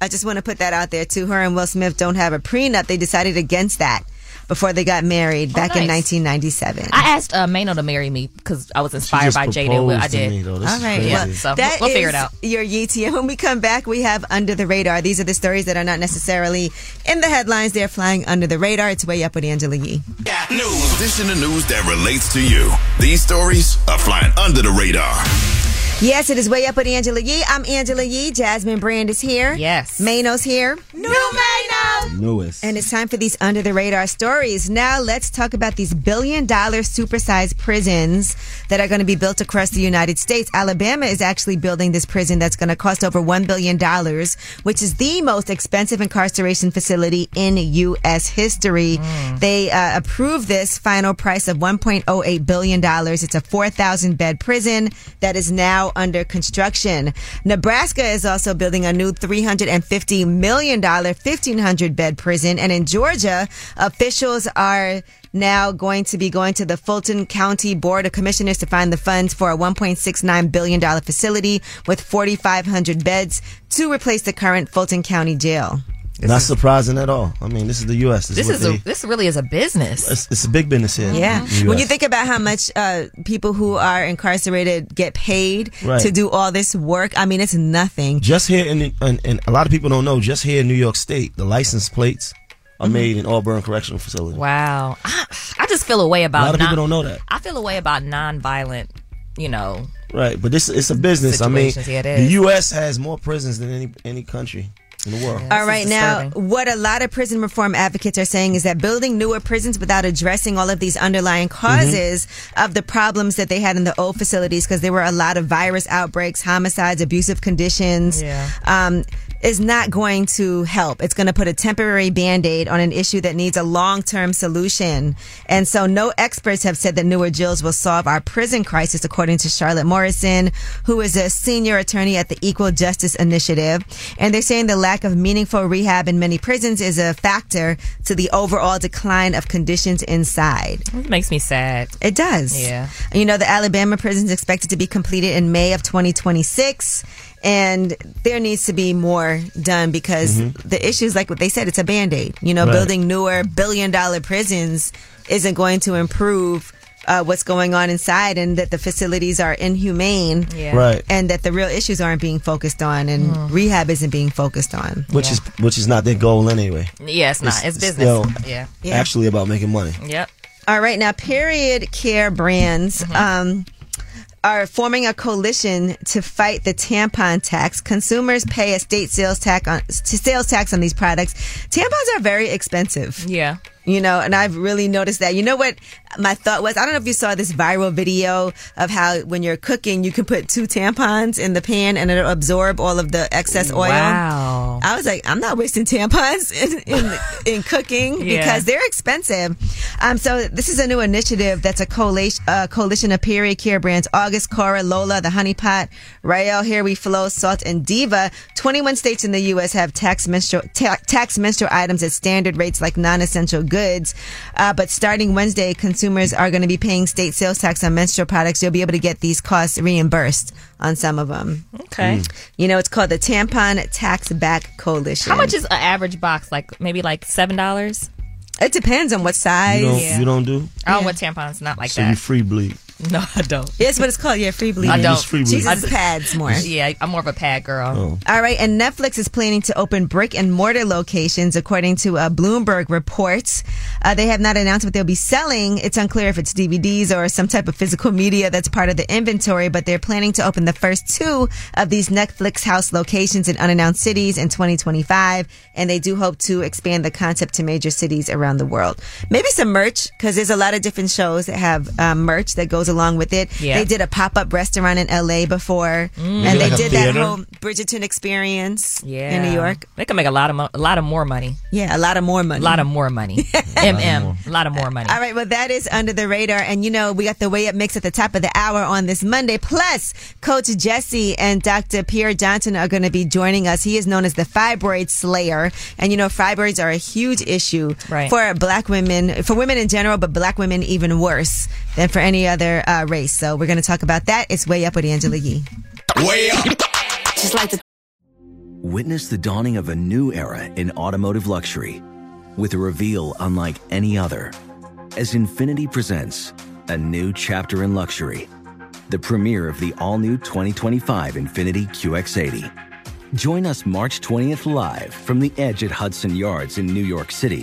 Speaker 1: I just want to put that out there too. Her and Will Smith don't have a prenup. They decided against that before they got married back in
Speaker 5: Oh, nice.
Speaker 1: 1997.
Speaker 5: I asked uh, Mano to marry me because I was inspired
Speaker 1: just
Speaker 5: by Jada. and Will. I
Speaker 1: proposed to
Speaker 5: did.
Speaker 1: me, though. This
Speaker 6: All right,
Speaker 5: Yeah.
Speaker 6: well,
Speaker 5: So we'll,
Speaker 1: That
Speaker 5: we'll figure it
Speaker 1: is
Speaker 5: out.
Speaker 1: Your Yeetie. And when we come back, we have Under the Radar. These are the stories that are not necessarily in the headlines. They're flying under the radar. It's way up with Angela Yee.
Speaker 8: News. This in the news that relates to you. These stories are flying under the radar.
Speaker 1: Yes, it is way up with Angela Yee. I'm Angela Yee. Jasmine Brand is here. Yes. Mano's here. New Mano.
Speaker 6: Newest.
Speaker 1: And it's time for these under the radar stories. Now let's talk about these billion dollar supersized prisons that are going to be built across the United States. Alabama is actually building this prison that's going to cost over $1 billion, which is the most expensive incarceration facility in U.S. history. They uh, approved this final price of $1.08 billion. It's a 4,000 bed prison that is now under construction. Nebraska is also building a new $350 million 1,500 bed prison. And in Georgia, officials are now going to be going to the Fulton County Board of Commissioners to find the funds for a $1.69 billion facility with 4,500 beds to replace the current Fulton County jail.
Speaker 6: Not surprising at all. I mean, this is the U.S.
Speaker 1: This
Speaker 6: what
Speaker 1: is a-
Speaker 6: they-
Speaker 1: this really is a business.
Speaker 6: It's, it's a big business here.
Speaker 1: Yeah.
Speaker 6: in the
Speaker 1: When
Speaker 6: US.
Speaker 1: you think about how much uh, people who are incarcerated get paid
Speaker 6: Right.
Speaker 1: to do all this work, I mean, it's nothing.
Speaker 6: just here in, in, and a lot of people don't know. Just here in New York State, the license plates are
Speaker 5: Mm-hmm.
Speaker 6: made in Auburn Correctional Facility.
Speaker 5: Wow. I, I just feel a way about
Speaker 6: A lot of people
Speaker 5: non-
Speaker 6: don't know that.
Speaker 5: I feel a way about nonviolent, you know.
Speaker 6: Right, but this it's a business. I
Speaker 5: Situations,
Speaker 6: mean,
Speaker 5: yeah, it
Speaker 6: the
Speaker 5: is.
Speaker 6: U.S. has more prisons than any any country in the world.
Speaker 1: All right, now, what a lot of prison reform advocates are saying is that building newer prisons without addressing all of these underlying causes of the problems that they had in the old facilities, because there were a lot of virus outbreaks, homicides, abusive conditions,
Speaker 5: Yeah.
Speaker 1: um, is not going to help. It's going to put a temporary band aid on an issue that needs a long term solution. And so, no experts have said that newer jails will solve our prison crisis, according to Charlotte Morrison, who is a senior attorney at the Equal Justice Initiative. And they're saying the lack of meaningful rehab in many prisons is a factor to the overall decline of conditions inside.
Speaker 5: It makes me sad.
Speaker 1: It does.
Speaker 5: Yeah.
Speaker 1: You know, the Alabama prison is expected to be completed in May of 2026. And there needs to be more done because
Speaker 6: Mhm.
Speaker 1: the issues, like what they said, it's a band aid. You know,
Speaker 6: Right.
Speaker 1: building newer billion dollar prisons isn't going to improve. Uh, what's going on inside, and that the facilities are inhumane,
Speaker 6: Yeah. Right.
Speaker 1: And that the real issues aren't being focused on, and rehab isn't being focused on.
Speaker 6: Which is which is not their goal anyway.
Speaker 1: Yeah, it's not. It's business.
Speaker 6: still
Speaker 1: Yeah. Yeah.
Speaker 6: Actually, about making money.
Speaker 5: Yep. Mm-hmm.
Speaker 1: All right, now period care brands um, are forming a coalition to fight the tampon tax. Consumers pay a state sales tax on to sales tax on these products. Tampons are very expensive.
Speaker 5: Yeah.
Speaker 1: You know, and I've really noticed that. You know what my thought was? I don't know if you saw this viral video of how when you're cooking, you can put two tampons in the pan and it'll absorb all of the excess oil.
Speaker 5: Wow.
Speaker 1: I was like, I'm not wasting tampons <laughs> in, in, in cooking
Speaker 5: Yeah.
Speaker 1: because they're expensive. Um, so this is a new initiative that's a coalition, uh, coalition of period care brands: August, Cora, Lola, The Honey Pot, Rael, Here We Flow, Salt, and Diva. 21 states in the U.S. have tax menstrual ta- tax menstrual items at standard rates like non-essential goods. Uh, but starting Wednesday, consumers are going to be paying state sales tax on menstrual products. You'll be able to get these costs reimbursed on some of them.
Speaker 5: Okay. Mm.
Speaker 1: You know, it's called the Tampon Tax Back Coalition.
Speaker 5: How much is an average box? Like maybe like seven dollars.
Speaker 1: It depends on what
Speaker 6: You
Speaker 1: size.
Speaker 6: don't you don't do
Speaker 5: I don't want tampons. Not like
Speaker 6: so
Speaker 5: that.
Speaker 6: you free bleed.
Speaker 5: <laughs> No, I don't.
Speaker 1: Yes, but it's called yeah, free bleeding. Oh.
Speaker 5: I don't.
Speaker 1: Jesus is pads more.
Speaker 5: <laughs> Yeah, I'm more of a pad girl.
Speaker 1: All right, and Netflix is planning to open brick and mortar locations, according to uh, Bloomberg reports. Uh, they have not announced what they'll be selling. It's unclear if it's DVDs or some type of physical media that's part of the inventory, but they're planning to open the first two of these Netflix house locations in unannounced cities in 2025, and they do hope to expand the concept to major cities around the world. Maybe some merch, because there's a lot of different shows that have uh, merch that goes along with it.
Speaker 5: Yeah.
Speaker 1: They did a pop up restaurant in LA before,
Speaker 5: Maybe
Speaker 1: and they
Speaker 5: like a
Speaker 1: did that
Speaker 5: theater?
Speaker 1: whole Bridgerton experience
Speaker 5: Yeah.
Speaker 1: in New York.
Speaker 5: They can make a lot of mo- a lot of more money.
Speaker 1: Yeah, a lot of more money.
Speaker 5: A lot of more money.
Speaker 1: <laughs>
Speaker 5: MM. A lot of more money.
Speaker 1: All right, well, that is under the radar. And you know, we got the way up mix at the top of the hour on this Monday. Plus, Coach Jesse and Dr. Pierre Johnson are going to be joining us. He is known as the fibroid slayer. And you know, fibroids are a huge issue
Speaker 5: Right.
Speaker 1: for black women, for women in general, but black women even worse than for any other uh, race. So we're going to talk about that. It's way up with Angela Yee.
Speaker 3: Way up.
Speaker 1: Just like the
Speaker 2: Witness the dawning of a new era in automotive luxury with a reveal unlike any other as Infinity presents a new chapter in luxury, the premiere of the all new 2025 Infinity QX80. Join us March 20th live from the edge at Hudson Yards in New York City,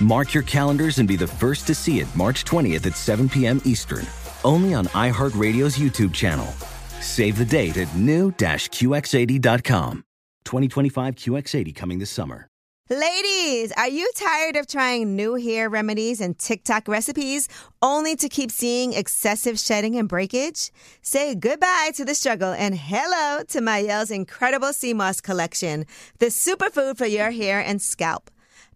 Speaker 2: Mark your calendars and be the first to see it March 20th at 7 p.m. Eastern, only on iHeartRadio's YouTube channel. Save the date at new-QX80.com. 2025 QX80 coming this summer.
Speaker 1: Ladies, are you tired of trying new hair remedies and TikTok recipes only to keep seeing excessive shedding and breakage? Say goodbye to the struggle and hello to Mayelle's incredible sea moss collection, the superfood for your hair and scalp.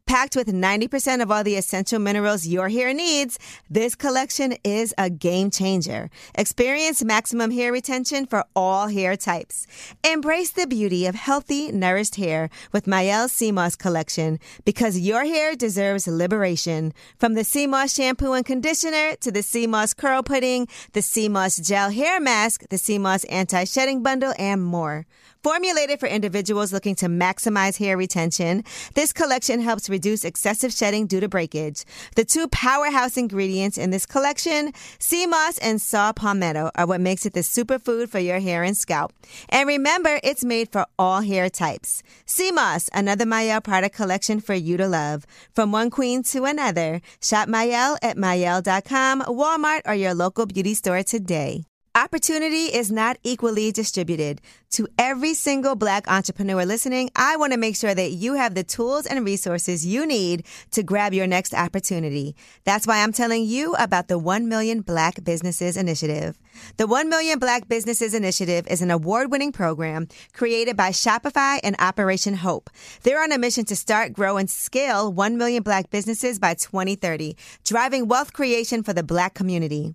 Speaker 1: Packed with 90% of all the essential minerals your hair needs, this collection is a game changer. Experience maximum hair retention for all hair types. Embrace the beauty of healthy, nourished hair with Mayel CMOS collection because your hair deserves liberation. From the CMOS shampoo and conditioner to the CMOS curl pudding, the CMOS gel hair mask, the CMOS anti-shedding bundle, and more. Formulated for individuals looking to maximize hair retention, this collection helps reduce excessive shedding due to breakage. The two powerhouse ingredients in this collection, sea moss and saw palmetto, are what makes it the superfood for your hair and scalp. And remember, it's made for all hair types. Sea moss, another Mayel product collection for you to love. From one queen to another, shop Mayel at Mayel.com, Walmart, or your local beauty store today. Opportunity is not equally distributed. To every single black entrepreneur listening, I want to make sure that you have the tools and resources you need to grab your next opportunity. That's why I'm telling you about the 1 Million Black Businesses Initiative. The 1 Million Black Businesses Initiative is an award winning program created by Shopify and Operation Hope. They're on a mission to start, grow, and scale 1 million black businesses by 2030, driving wealth creation for the black community.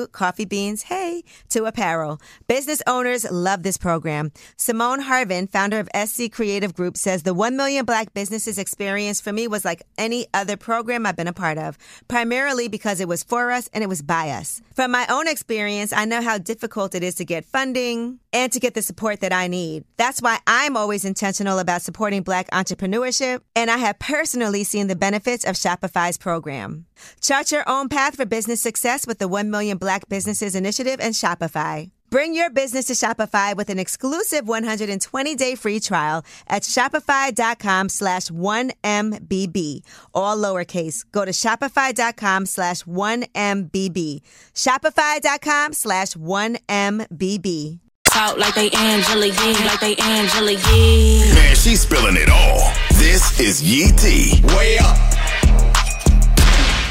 Speaker 1: coffee beans, hey, to apparel. Business owners love this program. Simone Harvin, founder of SC Creative Group, says the 1 million black businesses experience for me was like any other program I've been a part of, primarily because it was for us and it was by us. From my own experience, I know how difficult it is to get funding and to get the support that I need. That's why I'm always intentional about supporting black entrepreneurship, and I have personally seen the benefits of Shopify's program. Chart your own path for business success with the 1 Million Black Businesses Initiative and Shopify. Bring your business to Shopify with an exclusive 120-day free trial at shopify.com slash 1MBB. All lowercase. Go to shopify.com slash 1MBB. Shopify.com slash 1MBB.
Speaker 11: talk like they Angela Yee, like they Angela Yee.
Speaker 8: Man, she's spilling it all. This is Yee T. Way up.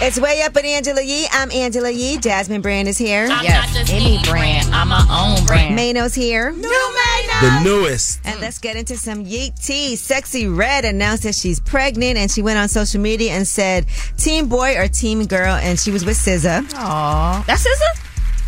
Speaker 1: It's way up at Angela Yee. I'm Angela Yee. Jasmine Brand is here.
Speaker 5: I'm Yes, not just any any brand. brand. I'm my own brand.
Speaker 1: Mano's here. New Mano.
Speaker 6: The newest.
Speaker 1: And let's get into some Yeet tea. Sexy Red announced that she's pregnant, and she went on social media and said, "Team boy or team girl?" And she was with SZA.
Speaker 5: Aww, that's SZA.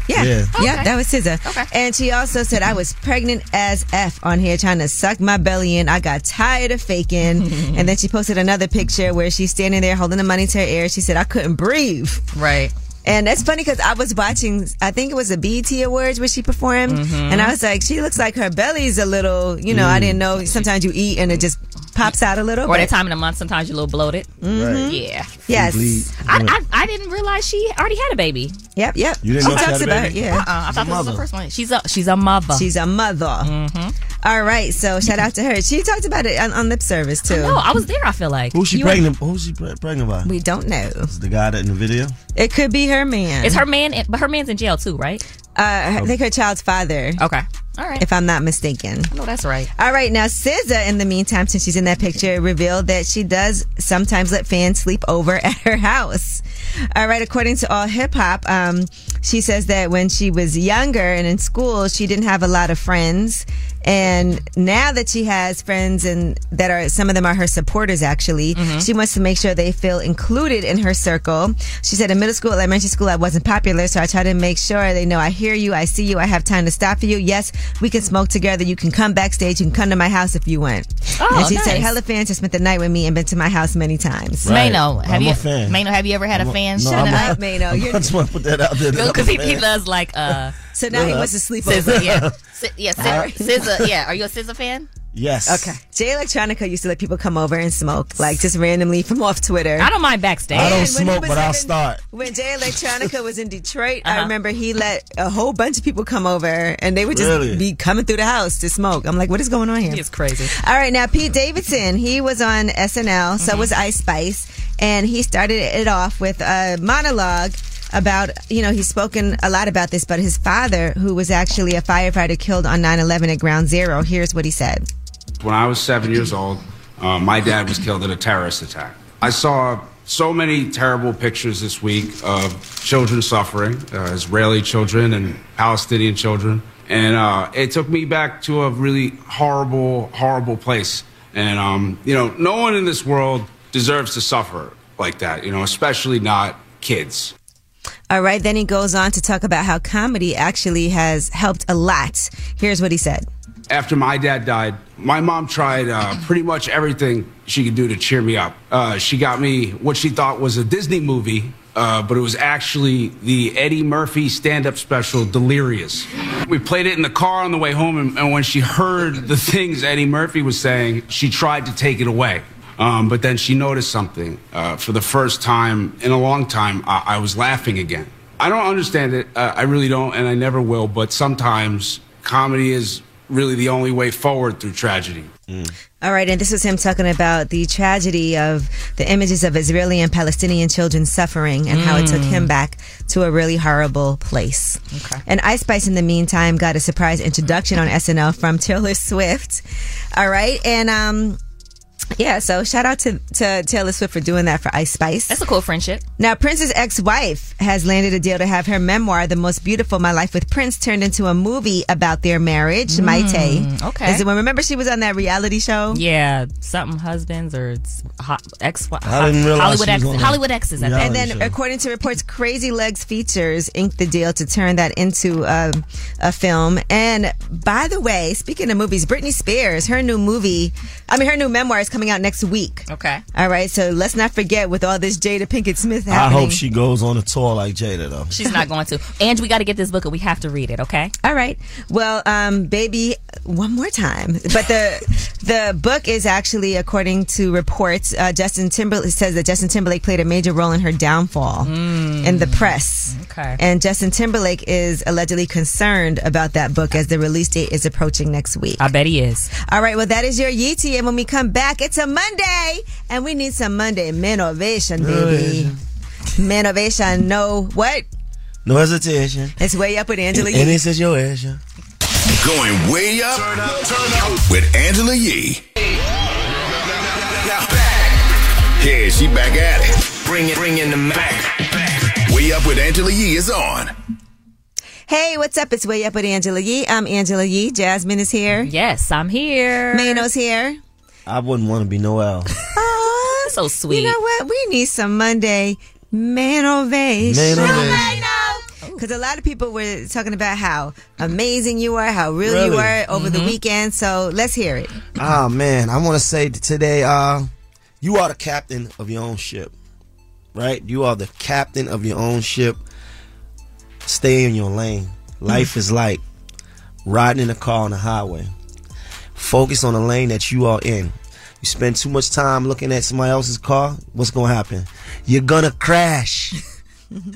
Speaker 1: Yeah,
Speaker 5: Yeah.
Speaker 1: yeah,
Speaker 5: Okay.
Speaker 1: that was SZA.
Speaker 5: Okay.
Speaker 1: And she also said, "I was pregnant as f on here, trying to suck my belly in. I got tired of faking."
Speaker 5: <laughs>
Speaker 1: and then she posted another picture where she's standing there holding the money to her ear. She said, "I couldn't breathe."
Speaker 5: Right.
Speaker 1: And that's funny because I was watching, I think it was the BET Awards where she performed,
Speaker 5: Mhm.
Speaker 1: and I was like, she looks like her belly's a little, you know, I
Speaker 5: Mm.
Speaker 1: didn't know. Sometimes you eat and it just pops out a little.
Speaker 5: Or
Speaker 1: but-
Speaker 5: that time in the month, sometimes you're a little bloated.
Speaker 1: Mhm. Right.
Speaker 5: Yeah.
Speaker 1: Yes. Bleed.
Speaker 5: I, I I didn't realize she already had a baby.
Speaker 1: Yep, yep.
Speaker 5: You didn't
Speaker 1: she
Speaker 5: know she
Speaker 1: talks
Speaker 5: had a
Speaker 1: about
Speaker 5: baby?
Speaker 1: it. Yeah,
Speaker 5: Uh-uh. I She's thought a this was the mother. first one. She's a she's a mother. Mm-hmm.
Speaker 1: She's a mother. All right, so shout out to her. She talked about it on, on lip service too.
Speaker 5: No, I was there. I feel like
Speaker 6: Who's she pregnant? Who's she pre- pregnant by?
Speaker 1: We don't know.
Speaker 6: Is the guy that in the video?
Speaker 1: It could be her man.
Speaker 5: It's her man, in- but her man's in jail too, right?
Speaker 1: Uh, I think her child's father.
Speaker 5: Okay. All <laughs> right.
Speaker 1: If I'm not mistaken.
Speaker 5: No, that's right.
Speaker 1: All right, now SZA, in the meantime, since she's in that picture, revealed that she does sometimes let fans sleep over <laughs> at her house. All right, according to All Hip Hop, um, she says that when she was younger and in school, she didn't have a lot of friends, and now that she has friends and that are some of them are her supporters actually,
Speaker 5: Mm-hmm.
Speaker 16: Mhm.
Speaker 1: she wants to make sure they feel included in her circle. She said, in middle school, elementary school, I wasn't popular, so I try to make sure they know I hear you, I see you, I have time to stop for you. Yes, we can smoke together. You can come backstage. You can come to my house if you want.
Speaker 5: Oh,
Speaker 1: and she said,
Speaker 5: nice.
Speaker 1: hella fans have spent the night with me and been to my house many times.
Speaker 5: Mano, have you Mano, have you ever had a fan
Speaker 1: no,
Speaker 5: shut
Speaker 1: I'm a-
Speaker 5: up?
Speaker 6: <laughs>
Speaker 1: Mano, you're- I just
Speaker 6: want to put that out there.
Speaker 1: <laughs>
Speaker 5: Because he, he loves like uh.
Speaker 1: So now he wants to sleep
Speaker 5: SZA,
Speaker 1: over. <laughs>
Speaker 5: Yeah, Si- yeah,
Speaker 1: All
Speaker 5: SZA,
Speaker 1: right.
Speaker 5: SZA, yeah. Are you a SZA fan?
Speaker 6: Yes.
Speaker 1: Okay. Jay Electronica used to let people come over and smoke, like just randomly from off Twitter.
Speaker 5: I don't mind backstage.
Speaker 6: I don't
Speaker 1: And when he
Speaker 6: smoke,
Speaker 1: was
Speaker 6: but I'll
Speaker 1: having-
Speaker 6: start.
Speaker 1: When Jay Electronica was in Detroit,
Speaker 5: Uh-huh.
Speaker 1: I remember he let a whole bunch of people come over and they would just
Speaker 5: Really?
Speaker 1: be coming through the house to smoke. I'm like, what is going on here?
Speaker 5: He is crazy.
Speaker 1: All right, now Pete Davidson, he was on SNL, so was Ice Spice, and he started it off with a monologue about, you know, he's spoken a lot about this, but his father, who was actually a firefighter killed on 9 11 at Ground Zero, here's what he said.
Speaker 17: When I was seven years old, uh, my dad was killed in a terrorist attack. I saw so many terrible pictures this week of children suffering, uh, Israeli children and Palestinian children. And uh, it took me back to a really horrible, horrible place. And, um, you know, no one in this world deserves to suffer like that, you know, especially not kids.
Speaker 1: All right, then he goes on to talk about how comedy actually has helped a lot. Here's what he said.
Speaker 17: After my dad died, my mom tried uh, pretty much everything she could do to cheer me up. Uh, she got me what she thought was a Disney movie, uh, but it was actually the Eddie Murphy stand up special, Delirious. We played it in the car on the way home, and, and when she heard the <laughs> things Eddie Murphy was saying, she tried to take it away. Um, but then she noticed something. Uh, for the first time in a long time, I, I was laughing again. I don't understand it. Uh, I really don't, and I never will. But sometimes comedy is really the only way forward through tragedy.
Speaker 1: All right, and this was him talking about the tragedy of the images of Israeli and Palestinian children suffering and how it took
Speaker 16: Mm.
Speaker 1: him back to a really horrible place. Okay. And Ice Spice, in the meantime, got a surprise introduction on SNL from Taylor Swift. All right, and um, yeah, so shout out to, to Taylor Swift for doing that for Ice Spice.
Speaker 5: That's a cool friendship.
Speaker 1: Now, Prince's ex wife has landed a deal to have her memoir, The Most Beautiful My Life with Prince, turned into a movie about their marriage,
Speaker 5: Mm,
Speaker 1: Maite.
Speaker 5: okay.
Speaker 1: Is the one, remember she was on that reality show?
Speaker 5: Yeah, something husbands or it's ho- ex.
Speaker 1: I didn't realize
Speaker 5: uh, Hollywood
Speaker 1: she was on
Speaker 5: exes.
Speaker 1: that
Speaker 5: Hollywood exes. I think.
Speaker 1: And then, according to reports, Crazy Legs Features inked the deal to turn that into a, a film. And by the way, speaking of movies, Britney Spears, her new movie, I mean, her new memoir is coming out next week.
Speaker 5: Okay.
Speaker 1: All right, so let's not forget with all this Jada Pinkett Smith
Speaker 6: I
Speaker 1: happening.
Speaker 6: hope she goes on a tour like Jada though.
Speaker 5: She's not going to. And we got to get this book and we have to read it, okay?
Speaker 1: All right. Well, um, baby, one more time. But the <laughs> the book is actually, according to reports, uh, Justin Timberlake says that Justin Timberlake played a major role in her downfall in the press.
Speaker 5: Mm. Okay.
Speaker 1: And Justin Timberlake is allegedly concerned about that book as the release date is approaching next week.
Speaker 5: I bet he is.
Speaker 1: All right. Well, that is your Yeetie, and when we come back, it's a Monday, and we need some Monday men ovation, baby. Men ovation. No what?
Speaker 6: No hesitation.
Speaker 1: It's way up with Angela.
Speaker 6: And
Speaker 1: Yee.
Speaker 6: it's situation.
Speaker 8: Going way up, with Angela Yee. Yeah, she back at it. Bring it, bring in the back. Way up with Angela Yee is on.
Speaker 1: Hey, what's up? It's Way Up with Angela Yee. I'm Angela Yee. Jasmine is here. Yes, I'm here. Mano's here.
Speaker 6: I wouldn't want to be
Speaker 1: <laughs>
Speaker 6: Noel.
Speaker 1: Oh, so sweet. You know what? We need some Monday manovation.
Speaker 6: Manovation.
Speaker 1: Because a lot of people were talking about how amazing you are, how real you
Speaker 6: Really?
Speaker 1: are over the
Speaker 6: Mhm.
Speaker 1: weekend. So let's hear it.
Speaker 6: Ah man, I want to say t- today, uh, you are the captain of your own ship, right? You are the captain of your own ship. Stay in your lane. Life is like riding in a car on the highway. Focus on the lane that you are in. You spend too much time looking at somebody else's car. What's gonna happen? You're gonna crash.
Speaker 18: Mm-hmm.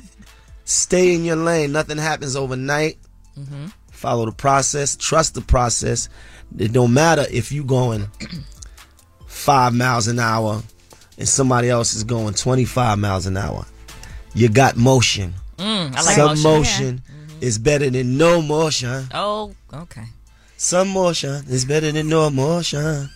Speaker 6: Stay in your lane. Nothing happens overnight.
Speaker 3: Mm-hmm.
Speaker 6: Follow the process. Trust the process. It don't matter if you going five miles an hour and somebody else is going 25 miles an hour. You got motion.
Speaker 5: Mm, I like
Speaker 6: Some
Speaker 5: motion. Mm-hmm.
Speaker 6: motion is better than no motion.
Speaker 5: Oh, okay.
Speaker 6: Some motion is better than no motion.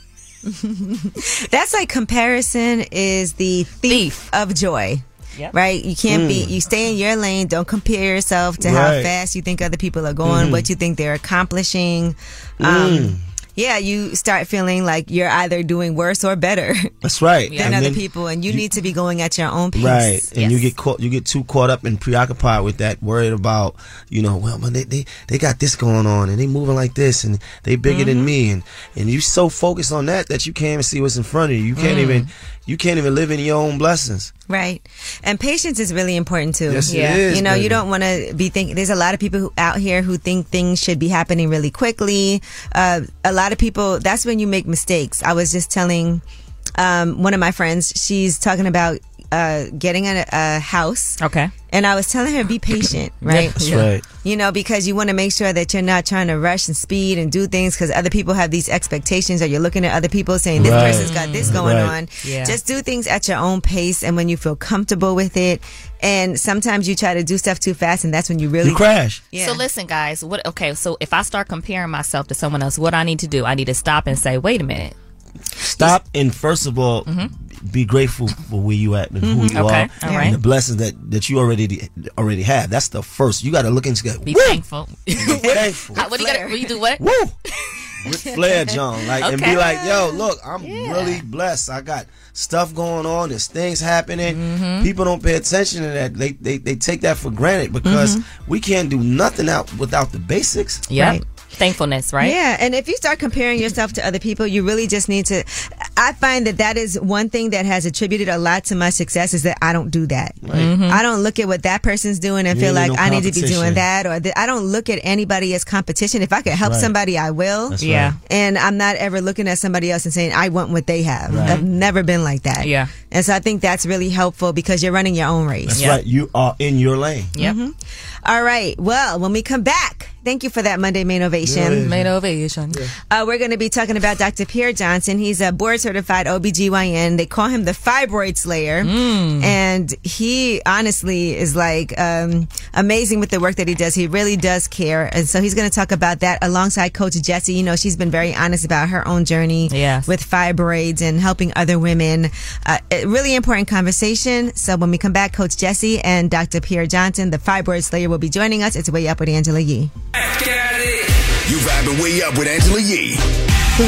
Speaker 1: <laughs> That's like comparison is the thief, of joy.
Speaker 5: Yep.
Speaker 1: Right? You can't be,
Speaker 5: Mm.
Speaker 1: you stay in your lane. Don't compare yourself to how
Speaker 5: Right.
Speaker 1: fast you think other people are going,
Speaker 5: Mhm.
Speaker 1: what you think they're accomplishing. Um,
Speaker 6: Mm-hmm. Mm.
Speaker 1: Yeah, you start feeling like you're either doing worse or better <laughs>
Speaker 6: That's right.
Speaker 1: than
Speaker 6: And
Speaker 1: other
Speaker 6: then-
Speaker 1: people, and you, need to be going at your own pace.
Speaker 6: Right, and you get caught. You get too caught up and preoccupied with that, worried about you know. Well, man, they they, they got this going on, and they moving like this, and they bigger
Speaker 5: Mm-hmm.
Speaker 6: than me, and and you so focused on that that you can't even see what's in front of you. You can't
Speaker 1: Mm.
Speaker 6: even you can't even live in your own blessings.
Speaker 1: Right. And patience is really important too.
Speaker 6: Yes, it Yeah. is,
Speaker 1: You know, you
Speaker 6: baby.
Speaker 1: don't want to be thinking, there's a lot of people who, out here who think things should be happening really quickly. Uh, a lot of people, that's when you make mistakes. I was just telling, um, one of my friends, she's talking about, uh, getting a, a house.
Speaker 5: Okay.
Speaker 1: And I was telling her, be patient, right?
Speaker 5: That's Yeah. right.
Speaker 1: You know, because you want to make sure that you're not trying to rush and speed and do things because other people have these expectations or you're looking at other people saying, this
Speaker 5: Right.
Speaker 1: person's got this going
Speaker 5: Right.
Speaker 1: on.
Speaker 5: Mm-hmm. Yeah.
Speaker 1: Just do things at your own pace and when you feel comfortable with it. And sometimes you try to do stuff too fast and that's when you really
Speaker 5: So listen, guys. What? Okay. So if I start comparing myself to someone else, what I need to do? I need to stop and say, "Wait a minute."
Speaker 6: Stop and first of all,
Speaker 5: Mhm.
Speaker 6: be grateful for where you at and who
Speaker 5: Mhm.
Speaker 6: you
Speaker 5: Okay,
Speaker 6: are,
Speaker 5: all right.
Speaker 6: and the blessings that that you already already have. That's the first. You got to look into that.
Speaker 5: Be
Speaker 6: Woo! <laughs>
Speaker 5: thankful.
Speaker 6: thankful.
Speaker 5: How- what do you got? What do you do? What? <laughs>
Speaker 6: Woo! Ric Flair, John, like, and
Speaker 5: Okay.
Speaker 6: be like, yo, look, I'm really blessed. I got stuff going on. There's things happening.
Speaker 1: Mm-hmm.
Speaker 6: People don't pay attention to that. They they, they take that for granted because
Speaker 5: Mhm.
Speaker 1: Mm-hmm.
Speaker 6: we can't do nothing out without the basics.
Speaker 5: Yep. Thankfulness, right?
Speaker 1: Yeah, and if you start comparing yourself to other people, you really just need to. I find that that is one thing that has attributed a lot to my success is that I don't do that.
Speaker 5: Right. Mhm.
Speaker 1: I don't look at what that person's doing and
Speaker 5: You
Speaker 1: feel
Speaker 5: ain't
Speaker 1: like
Speaker 5: in no
Speaker 1: I need to be doing
Speaker 5: competition.
Speaker 1: that, or that I don't look at anybody as competition. If I can help
Speaker 5: Right.
Speaker 1: somebody, I will.
Speaker 5: That's Yeah. right.
Speaker 1: and I'm not ever looking at somebody else and saying I want what they have.
Speaker 6: Right.
Speaker 1: I've never been like that.
Speaker 5: Yeah.
Speaker 1: and so I think that's really helpful because you're running your own race.
Speaker 6: That's right. You are in your lane.
Speaker 1: Mhm. All right. Well, when we come back, thank you for that Monday Main Ovation.
Speaker 5: Yeah. Main ovation.
Speaker 1: Uh, we're going to be talking about Dr. Pierre Johnson. He's a board certified OBGYN. They call him the fibroid slayer.
Speaker 5: Mm.
Speaker 1: And he honestly is like um, amazing with the work that he does. He really does care. And so he's going to talk about that alongside Coach Jessie. You know, she's been very honest about her own journey
Speaker 5: Yes.
Speaker 1: with fibroids and helping other women. Uh, a really important conversation. So when we come back, Coach Jessie and Dr. Pierre Johnson, the fibroid slayer, will be joining us. It's Way Up with Angela Yee.
Speaker 8: You vibing way up with Angela Yee.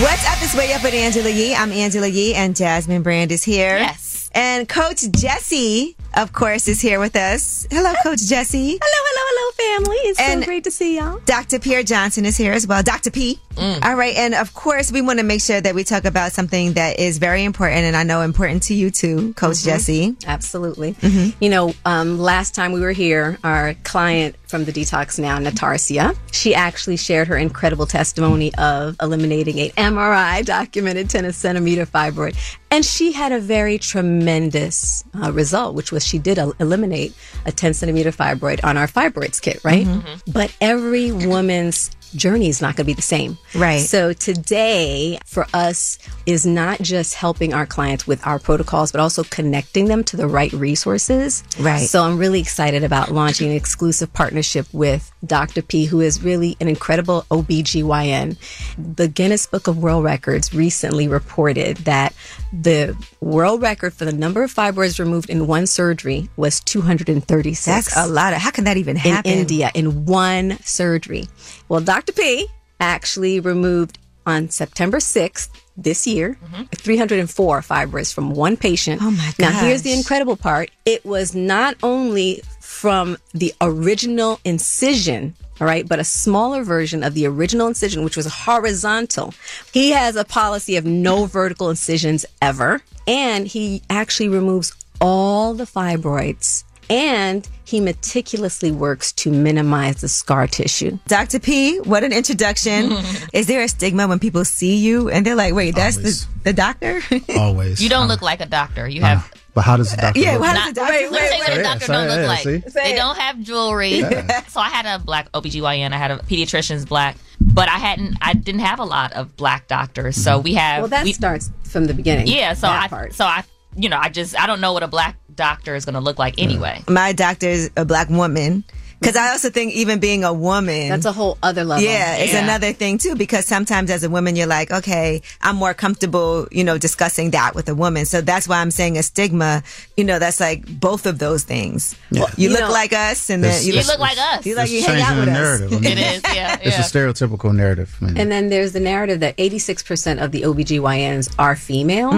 Speaker 1: What's up? It's way up with Angela Yee. I'm Angela Yee, and Jasmine Brand is here. Yes. And Coach Jesse, of course, is here with us. Hello, Coach Jesse. Hello, hello, hello, family. It's so great to see y'all. Mm. Dr. Pierre Johnson is here as well. Dr. P. All right. And of course, we want to make sure that we talk about something that is very important, and I know important to you too, Coach
Speaker 14: Mhm.
Speaker 1: Jesse.
Speaker 14: Absolutely.
Speaker 1: Mhm.
Speaker 14: You know, um, last time we were here, our client from the Detox Now, Natarsia, she actually shared her incredible testimony of eliminating a MRI documented 10 centimeter fibroid. And she had a very tremendous uh, result, which was she did el-
Speaker 1: Mm-hmm.
Speaker 16: Mm-hmm.
Speaker 14: eliminate a 10 centimeter fibroid on our fibroids kit, right?
Speaker 5: Mhm. Mhm.
Speaker 14: But every woman's
Speaker 16: journey is not going to be the same.
Speaker 1: Right.
Speaker 16: So today for us is not just helping our clients with our protocols, but also connecting them to the right resources.
Speaker 1: Right.
Speaker 16: So I'm really excited about launching an exclusive partnership with Dr. P, who is really an incredible OBGYN. The Guinness Book of World Records recently reported that the world record for the number of fibroids removed in one surgery was 236.
Speaker 1: That's a lot. Of, how can that even happen?
Speaker 16: In India, in one surgery. Well, Dr. P actually removed on September 6th this year 304 fibroids from one patient.
Speaker 1: Mm-hmm. Oh my
Speaker 16: Now, here's the
Speaker 1: gosh.
Speaker 16: incredible part it was not only from the original incision. All right, but a smaller version of the original incision, which was horizontal. He has a policy of no vertical incisions ever, and he actually removes all the fibroids and he meticulously works to minimize the scar tissue.
Speaker 1: Dr. P, what an <laughs> introduction. Is there a stigma when people see you and they're like, wait, that's the, the doctor? <laughs>
Speaker 18: Always.
Speaker 5: You don't look like a doctor.
Speaker 6: Uh-huh.
Speaker 5: You have
Speaker 18: But how does the doctor?
Speaker 1: yeah,
Speaker 18: look?
Speaker 1: well, how
Speaker 5: not,
Speaker 1: does the doctor
Speaker 5: wait,
Speaker 1: look?
Speaker 5: let me tell you what
Speaker 18: Say
Speaker 5: a
Speaker 18: it,
Speaker 5: doctor
Speaker 18: say
Speaker 5: don't
Speaker 18: it,
Speaker 5: look like.
Speaker 18: see?
Speaker 5: They don't have jewelry.
Speaker 18: Yeah.
Speaker 5: So I had a black OBGYN. I had a pediatrician's black, but I hadn't. I didn't have a lot of black doctors. So we have.
Speaker 16: Well, that
Speaker 5: we-
Speaker 16: starts from the beginning.
Speaker 5: Yeah. So
Speaker 16: That
Speaker 5: I.
Speaker 16: part.
Speaker 5: So I. You know, I just I don't know what a black doctor is going to look like anyway.
Speaker 1: My doctor is a black woman. Because I also think even being a woman.
Speaker 16: That's a whole other level.
Speaker 1: Yeah, it's
Speaker 16: Yeah.
Speaker 1: another thing too, because sometimes as a woman, you're like, okay, I'm more comfortable, you know, discussing that with a woman. So that's why I'm saying a stigma, you know, that's like both of those things. You,
Speaker 16: You
Speaker 1: look
Speaker 16: know-
Speaker 1: like us and then
Speaker 18: It's-
Speaker 1: you
Speaker 18: it's-
Speaker 1: look
Speaker 5: like us.
Speaker 1: You like
Speaker 18: it's
Speaker 1: you hang out
Speaker 18: changing
Speaker 1: with
Speaker 18: the
Speaker 1: us.
Speaker 18: narrative. I mean,
Speaker 5: yeah.
Speaker 18: <laughs> It's a stereotypical narrative. I mean,
Speaker 16: And then there's the narrative that 86% of the OBGYNs are female,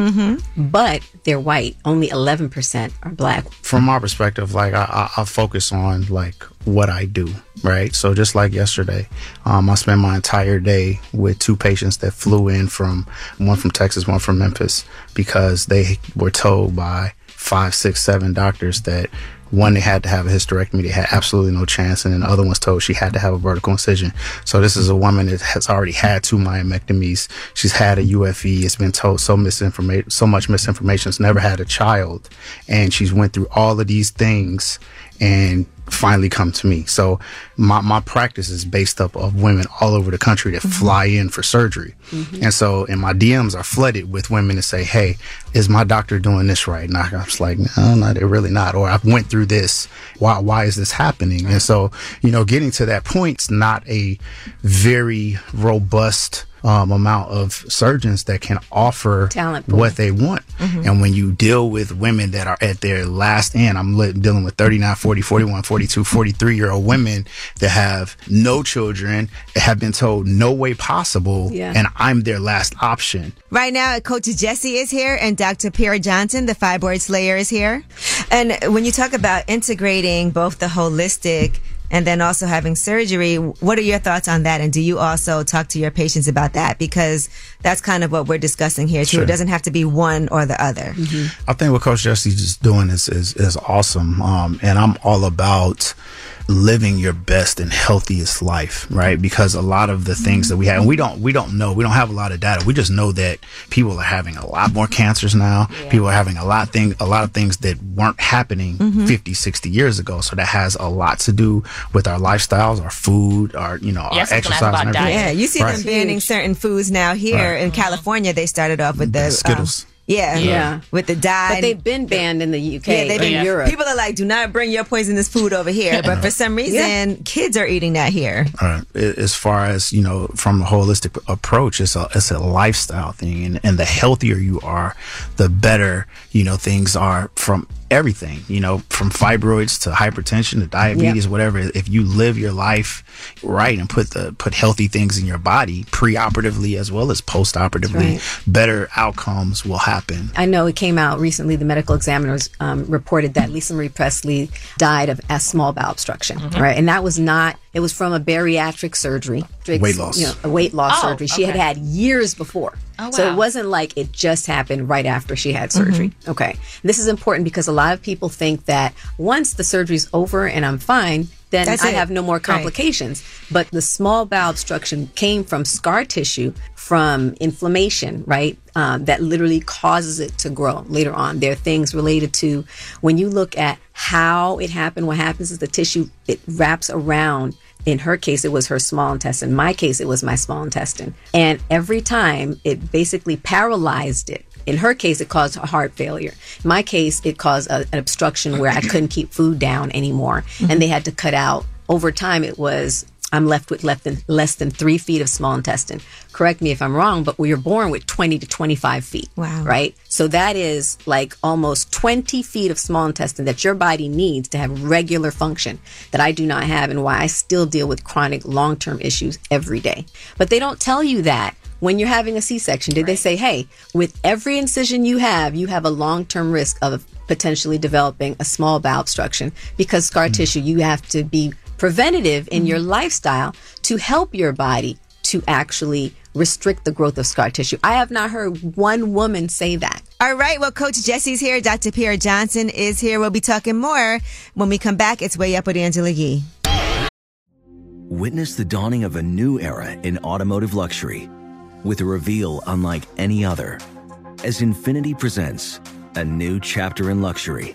Speaker 16: but they're white. Only 11% are black.
Speaker 18: from my perspective, like I, I, I focus on like what I do, right? So just like yesterday, um, I spent my entire day with two patients that flew in from one from Texas, one from Memphis, because they were told by five, six, seven doctors that one they had to have a hysterectomy, they had absolutely no chance, and then the other one's told she had to have a vertical incision. So this is a woman that has already had two myomectomies. She's had a UFE. It's been told so misinformation, so much misinformation. She's never had a child, and she's went through all of these things, and finally come to me. So my my practice is based up of women all over the country that fly in for surgery,
Speaker 16: Mm-hmm.
Speaker 18: and so and my DMs are flooded with women that say, "Hey, is my doctor doing this right?" And I, I was like, "No, no, they're really not." Or I went through this. Why why is this happening? And so you know, getting to that point's not a very robust. Um, amount of surgeons that can offer
Speaker 16: Talent pool. Mm-hmm.
Speaker 18: what they want. And when you deal with women that are at their last end, I'm li- dealing with 39, 40, 41, 42, 43 year old women that have no children, have been told no way possible,
Speaker 1: Yeah.
Speaker 18: and I'm their last option.
Speaker 1: Right now, Coach Jesse is here and Dr. Pierre Johnson, the fibroid slayer, is here. And when you talk about integrating both the holistic and then also having surgery, what are your thoughts on that? And do you also talk to your patients about that? Because that's kind of what we're discussing here too.
Speaker 18: Sure.
Speaker 1: It doesn't have to be one or the other.
Speaker 18: I think what Coach Jesse's just doing is is, is awesome, um, and I'm all about living your best and healthiest life, right? Because a lot of the things that we have, and we don't we don't know, we don't have a lot of data. We just know that people are having a lot more cancers now. People are having a lot thing a lot of things that weren't happening
Speaker 1: Mm-hmm.
Speaker 19: Mhm.
Speaker 18: 50, 60 years ago. So that has a lot to do with our lifestyles, our food, our you know,
Speaker 1: Yes,
Speaker 18: our exercise. And everything.
Speaker 1: Yeah, you see
Speaker 18: Right.
Speaker 1: them banning certain foods now here
Speaker 18: Right. Mm-hmm.
Speaker 1: in California. They started off with the um,
Speaker 18: Skittles.
Speaker 1: yeah,
Speaker 18: Yeah.
Speaker 1: with the dye.
Speaker 16: But they've been banned in the UK,
Speaker 1: Yeah, they've been
Speaker 16: in Europe.
Speaker 1: People are like, do not bring your poisonous food over here. But for some reason, kids are eating that here.
Speaker 18: All right. A- As far as you know, from a holistic approach, it's a it's a lifestyle thing, and and the healthier you are, the better you know things are from everything. You know, from fibroids to hypertension to diabetes, whatever. If you live your life right and put the put healthy things in your body preoperatively as well as postoperatively,
Speaker 16: That's
Speaker 18: better outcomes will happen.
Speaker 16: I know it came out recently. The medical examiners um, reported that Lisa Marie Presley died of a small bowel obstruction,
Speaker 5: Mm-hmm.
Speaker 18: Mhm.
Speaker 16: right? And that was not. It was from a bariatric surgery,
Speaker 18: Weight loss.
Speaker 16: you know, a weight loss
Speaker 5: Oh,
Speaker 16: surgery. She had
Speaker 5: okay.
Speaker 16: had years before,
Speaker 5: Oh,
Speaker 16: so it
Speaker 5: wow. Mm-hmm.
Speaker 16: wasn't like it just happened right after she had surgery. Okay, this is important because a lot of people think that once the surgery's over and I'm fine. Then
Speaker 1: That's
Speaker 16: I
Speaker 1: it.
Speaker 16: have no more
Speaker 1: Right.
Speaker 16: complications. But the small bowel obstruction came from scar tissue, from inflammation, right? Um, that literally causes it to grow later on. There are things related to when you look at how it happened, what happens is the tissue, it wraps around In her case, it was her small intestine. In my case, it was my small intestine. And every time it basically paralyzed it. In her case, it caused heart failure. In my case, it caused a, an obstruction where I couldn't keep food down anymore. And they had to cut out. Over time, it was I'm left with less than, less than three feet of small intestine. Correct me if I'm wrong, but we are born with 20 to 25 feet.
Speaker 1: Wow.
Speaker 16: Right? So that is like almost 20 feet of small intestine that your body needs to have regular function that I do not have and why I still deal with chronic long term issues every day. But they don't tell you that when you're having a C section. Did they say, hey, with every incision you have, you have a long term risk of potentially developing a small bowel obstruction because scar tissue, you have to be preventative in your lifestyle to help your body to actually restrict the growth of scar tissue. I have not heard one woman say that.
Speaker 1: All right. Well, Coach Jesse's here. Dr. Pierre Johnson is here. We'll be talking more when we come back. It's Way Up with Angela Yee.
Speaker 2: Witness the dawning of a new era in automotive luxury with a reveal unlike any other as Infinity presents a new chapter in luxury,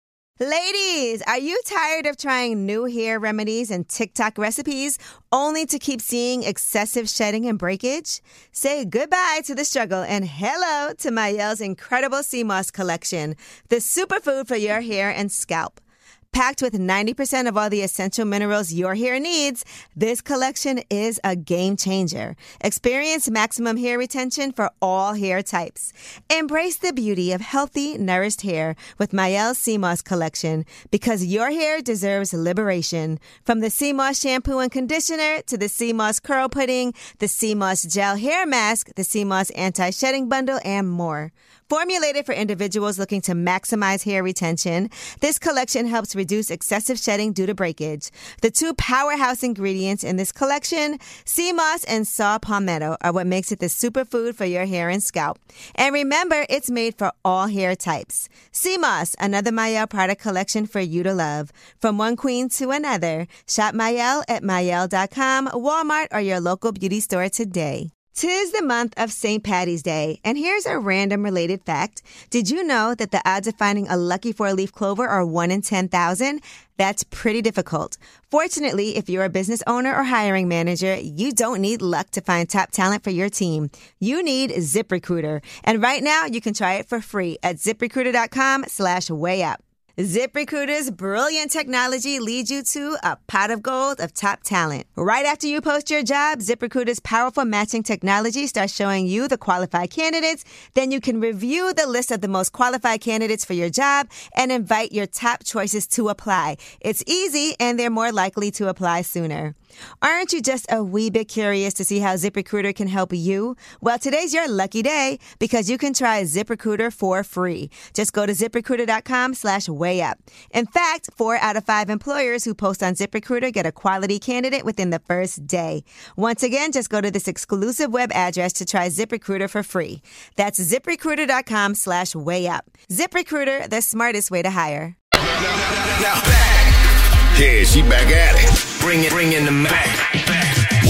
Speaker 1: Ladies, are you tired of trying new hair remedies and TikTok recipes only to keep seeing excessive shedding and breakage? Say goodbye to the struggle and hello to Mayelle's incredible sea moss collection, the superfood for your hair and scalp. Packed with 90% of all the essential minerals your hair needs, this collection is a game changer. Experience maximum hair retention for all hair types. Embrace the beauty of healthy, nourished hair with Mayel CMOS collection because your hair deserves liberation. From the CMOS shampoo and conditioner to the CMOS curl pudding, the CMOS gel hair mask, the CMOS anti shedding bundle, and more. Formulated for individuals looking to maximize hair retention, this collection helps reduce excessive shedding due to breakage. The two powerhouse ingredients in this collection, sea moss and saw palmetto, are what makes it the superfood for your hair and scalp. And remember, it's made for all hair types. Sea moss, another Mayel product collection for you to love. From one queen to another, shop Mayel at Mayel.com, Walmart, or your local beauty store today. Tis the month of St. Patty's Day, and here's a random related fact. Did you know that the odds of finding a lucky four leaf clover are 1 in 10,000? That's pretty difficult. Fortunately, if you're a business owner or hiring manager, you don't need luck to find top talent for your team. You need ZipRecruiter. And right now, you can try it for free at ziprecruiter.com slash way up. ZipRecruiter's brilliant technology leads you to a pot of gold of top talent. Right after you post your job, ZipRecruiter's powerful matching technology starts showing you the qualified candidates. Then you can review the list of the most qualified candidates for your job and invite your top choices to apply. It's easy and they're more likely to apply sooner. Aren't you just a wee bit curious to see how ZipRecruiter can help you? Well, today's your lucky day because you can try ZipRecruiter for free. Just go to ziprecruiter.com slash way up. In fact, four out of five employers who post on ZipRecruiter get a quality candidate within the first day. Once again, just go to this exclusive web address to try ZipRecruiter for free. That's ziprecruiter.com slash way up. ZipRecruiter, the smartest way to hire.
Speaker 8: Yeah, she back at it. Bring it, bring in the Mac.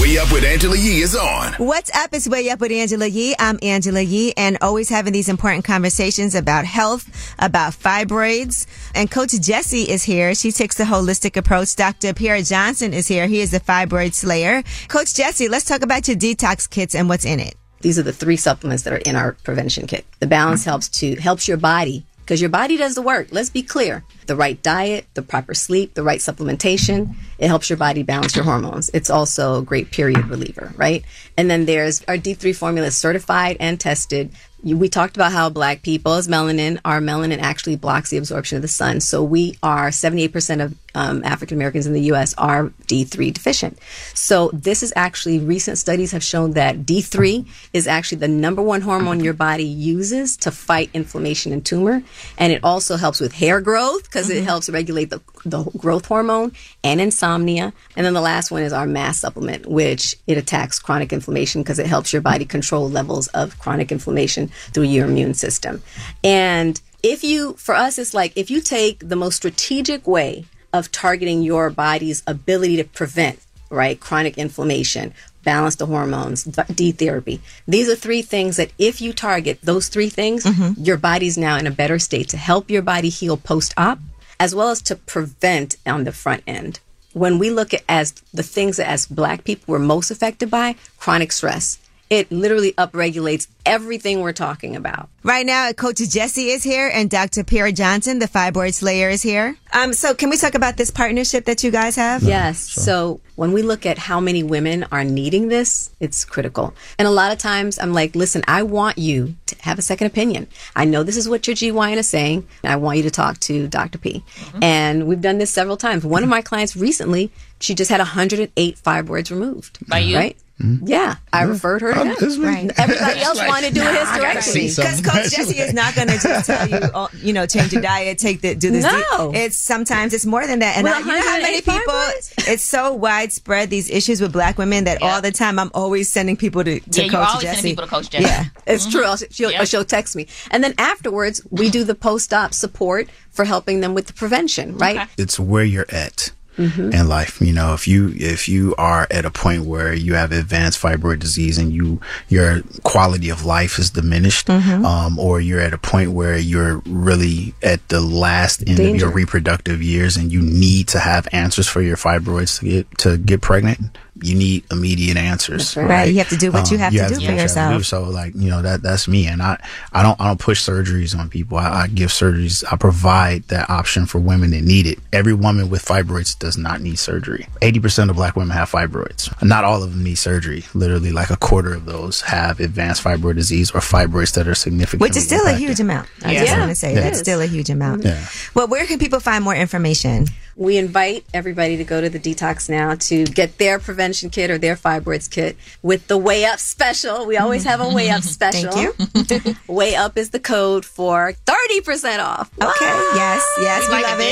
Speaker 8: Way Up with Angela Yee is on.
Speaker 1: What's up? It's Way Up with Angela Yee. I'm Angela Yee and always having these important conversations about health, about fibroids. And Coach Jessie is here. She takes the holistic approach. Dr. Pierre Johnson is here. He is the fibroid slayer. Coach Jessie, let's talk about your detox kits and what's in it.
Speaker 16: These are the three supplements that are in our prevention kit. The balance helps to helps your body because your body does the work. Let's be clear. The right diet, the proper sleep, the right supplementation, it helps your body balance your hormones. It's also a great period reliever, right? And then there's our D3 formula is certified and tested You- We talked about how black people's melanin, our melanin actually blocks the absorption of the sun. So we are 78% of um, African Americans in the US are D3 deficient. So this is actually, recent studies have shown that D3 is actually the number one hormone your body uses to fight inflammation and tumor. And it also helps with hair growth because it helps regulate the, the growth hormone and insomnia. And then the last one is our mass supplement, which it attacks chronic inflammation because it helps your body control levels of chronic inflammation through your immune system. And if you, for us, it's like if you take the most strategic way of targeting your body's ability to prevent, right, chronic inflammation, balance the hormones, th- D therapy. These are three things that if you target those three things, your body's now in a better state to help your body heal post op as well as to prevent on the front end. When we look at as the things that as black people we're most affected by, chronic stress. It literally upregulates everything we're talking about.
Speaker 1: Right now, Coach Jesse is here and Dr. Pierre Johnson, the fibroid slayer, is here. Um, so can we talk about this partnership that you guys have?
Speaker 16: Yes. So when we look at how many women are needing this, it's critical. And a lot of times I'm like, listen, I want you to have a second opinion. I know this is what your GYN is saying. And I want you to talk to Dr. P. And we've done this several times. One of my clients recently, she just had 108 fibroids removed.
Speaker 5: By you?
Speaker 16: Right? Yeah, I referred her to him. Everybody else wanted to do it hysterectomy.
Speaker 1: because Coach Jesse is not going to just tell you, oh, you know, change your diet, take the do this.
Speaker 16: No.
Speaker 1: deep. it's sometimes it's more than that. And
Speaker 16: With
Speaker 1: I, you know how many
Speaker 16: 108
Speaker 1: people?
Speaker 16: <laughs>
Speaker 1: It's so widespread these issues with black women that all the time I'm always sending people to, to
Speaker 16: Yeah, you're
Speaker 1: Coach
Speaker 16: always sending
Speaker 1: Jesse.
Speaker 16: people to Coach Jesse.
Speaker 1: Yeah,
Speaker 16: It's true. I'll- She'll, or she'll text me. And then afterwards, we do the post op support for helping them with the prevention, right? Mm-hmm.
Speaker 18: It's where you're at.
Speaker 1: Mm-hmm.
Speaker 18: in life. You know, if you if you are at a point where you have advanced fibroid disease and you your quality of life is diminished,
Speaker 1: Mm-hmm.
Speaker 20: Mhm.
Speaker 18: um, or you're at a point where you're really at the last end of
Speaker 20: Danger.
Speaker 18: your reproductive years and you need to have answers for your fibroids to get to get pregnant. You need immediate answers,
Speaker 1: That's right. Right, you have to do what you have to do
Speaker 18: do
Speaker 1: for
Speaker 18: what you have to
Speaker 1: yourself.
Speaker 18: do. So, like you know, that that's me, and I I don't I don't push surgeries on people. I, I give surgeries. I provide that option for women that need it. Every woman with fibroids does not need surgery. Eighty percent of black women have fibroids. Not all of them need surgery. Literally, like a quarter of those have advanced fibroid disease or fibroids that are significant,
Speaker 1: which is still a huge amount. I just
Speaker 18: Yeah.
Speaker 1: want to say
Speaker 18: Yeah.
Speaker 1: that's
Speaker 18: It is.
Speaker 1: still a huge amount.
Speaker 18: Yeah.
Speaker 1: Well, where can people find more information?
Speaker 16: We invite everybody to go to the Detox Now to get their prevention kit or their fibroids kit with the Way Up special. We always have a Way Up special. <laughs> Thank <laughs> you. way Up is the code for 30% off.
Speaker 1: Okay. Yes. Yes.
Speaker 16: We
Speaker 1: We,
Speaker 16: like
Speaker 1: love
Speaker 16: a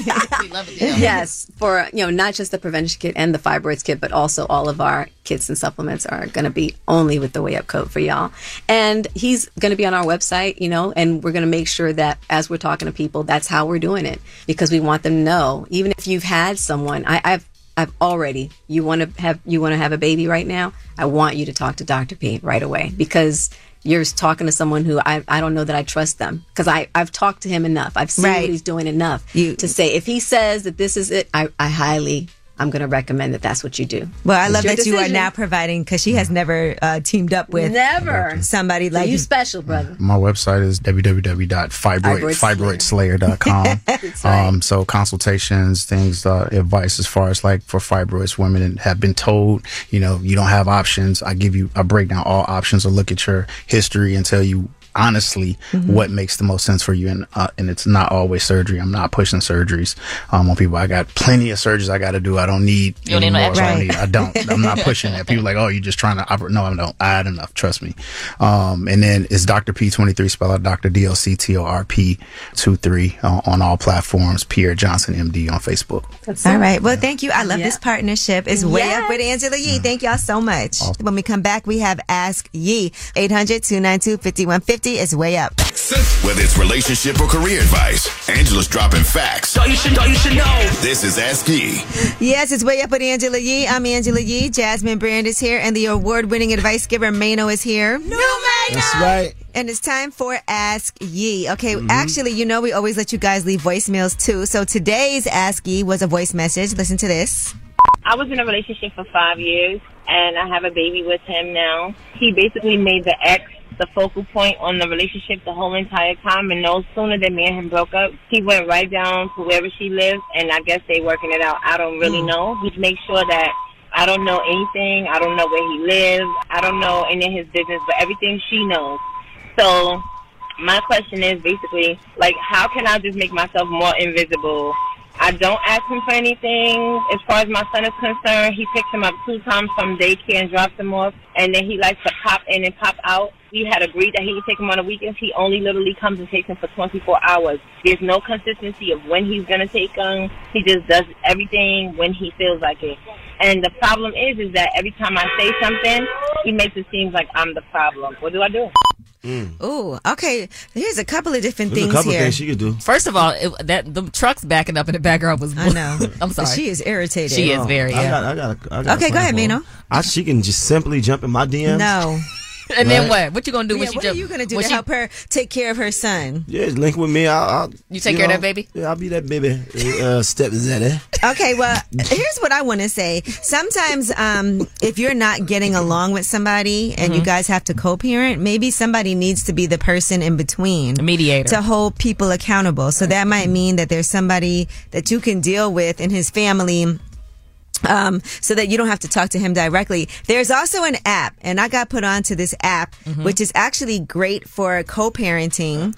Speaker 1: it.
Speaker 16: deal. <laughs> yes, for you know, not just the prevention kit and the fibroids kit, but also all of our kits and supplements are going to be only with the Way Up Code for y'all. And he's going to be on our website, you know, and we're going to make sure that as we're talking to people, that's how we're doing it because we want them to know, even if you've had someone, I, I've I've already. You want to have you want to have a baby right now. I want you to talk to Dr. P right away because you're talking to someone who I, I don't know that I trust them because I I've talked to him enough. I've seen
Speaker 1: Right.
Speaker 16: what he's doing enough to say if he says that this is it, I, I highly I'm going to recommend that that's what you do.
Speaker 1: Well, I
Speaker 16: It's
Speaker 1: love
Speaker 16: your
Speaker 1: that you are
Speaker 16: decision.
Speaker 1: now providing because she
Speaker 18: Mm-hmm.
Speaker 1: has never uh, teamed up with
Speaker 16: never
Speaker 1: somebody
Speaker 16: So
Speaker 1: like
Speaker 16: you special, brother.
Speaker 18: My website is www.fibroidslayer.com. um, so consultations, things, uh, advice as far as like for fibroids women and have been told, you know, you don't have options. I give you, I break down all options or look at your history and tell you honestly what makes the most sense for you and uh, and it's not always surgery i'm not pushing surgeries um on people i got plenty of surgeries i got to do i don't need
Speaker 5: You don't need no
Speaker 18: anymore, so I
Speaker 5: X-ray.
Speaker 18: need- I don't i'm not pushing that people like oh you're just trying to operate no i don't i had enough trust me um and then it's dr p23 spell out dr d-o-c-t-o-r-p 23 uh, on all platforms pierre johnson md on facebook
Speaker 1: All right. Well, thank you. I love this partnership. It's way
Speaker 16: Yes.
Speaker 1: up with Angela Yee. Thank y'all so much. When we come back, we have Ask Yee. 800 292 5150 is way up.
Speaker 8: Whether it's relationship or career advice, Angela's dropping facts. you should, you should know. This is Ask Yee.
Speaker 1: Yes, it's way up with Angela Yee. I'm Angela Yee. Jasmine Brand is here, and the award winning advice giver Mano is here. No,
Speaker 6: That's right. Mm-hmm.
Speaker 1: And it's time for Ask Yee. Okay, actually, you know, we always let you guys leave voicemails too. So today's Ask Yee was a voice message. Listen to this.
Speaker 19: I was in a relationship for five years, and I have a baby with him now. He basically made the ex the focal point on the relationship the whole entire time, and no sooner than me and him broke up, he went right down to wherever she lives, and I guess they working it out. I don't really know. He makes sure that I don't know anything. I don't know where he lives. I don't know any of his business, but everything she knows. So my question is basically like, how can I just make myself more invisible? I don't ask him for anything. As far as my son is concerned, he picks him up two times from daycare and drops him off, and then he likes to pop in and pop out. We had agreed that he would take him on the weekends. He only literally comes and takes him for 24 hours. There's no consistency of when he's going to take him. He just does everything when he feels like it. And the problem is, is that every time I say something, he makes it seem like I'm the problem. What do I do?
Speaker 1: Ooh, okay. Here's a couple of
Speaker 6: Mm-hmm. There's a
Speaker 1: different Mm. things
Speaker 6: couple
Speaker 1: here.
Speaker 6: things you could do.
Speaker 5: First of all, it, that the truck's backing up in the background was.
Speaker 1: I know.
Speaker 5: <laughs> I'm sorry.
Speaker 1: She is irritated.
Speaker 5: She is
Speaker 6: No,
Speaker 5: very.
Speaker 6: Oh, I
Speaker 5: yeah.
Speaker 6: got, I got, a- I got a
Speaker 1: Okay, go
Speaker 6: plan
Speaker 1: ahead,
Speaker 6: for her.
Speaker 1: Mino.
Speaker 6: I, she can just simply jump in my DMs. <laughs>
Speaker 1: No.
Speaker 6: And then Right. what?
Speaker 5: What you gonna do
Speaker 1: yeah,
Speaker 5: when she
Speaker 1: What
Speaker 5: jump-
Speaker 1: are you gonna do
Speaker 5: when
Speaker 1: to
Speaker 5: she-
Speaker 1: help her take care of her son?
Speaker 6: Yeah, link with me. I'll, I'll
Speaker 1: You take care of that
Speaker 6: baby. Yeah, I'll be that baby. Uh, step zaddy.
Speaker 1: Okay, well, here's what I want to say. Sometimes, um, if you're not getting along with somebody and you
Speaker 5: Mhm.
Speaker 1: guys have to co-parent, maybe somebody needs to be the person in between, the
Speaker 5: mediator,
Speaker 1: to hold people accountable. So that might mean that there's somebody that you can deal with in his family um, so that you don't have to talk to him directly. There's also an app, and I got put onto this app,
Speaker 20: Mhm.
Speaker 1: which is actually great for co-parenting.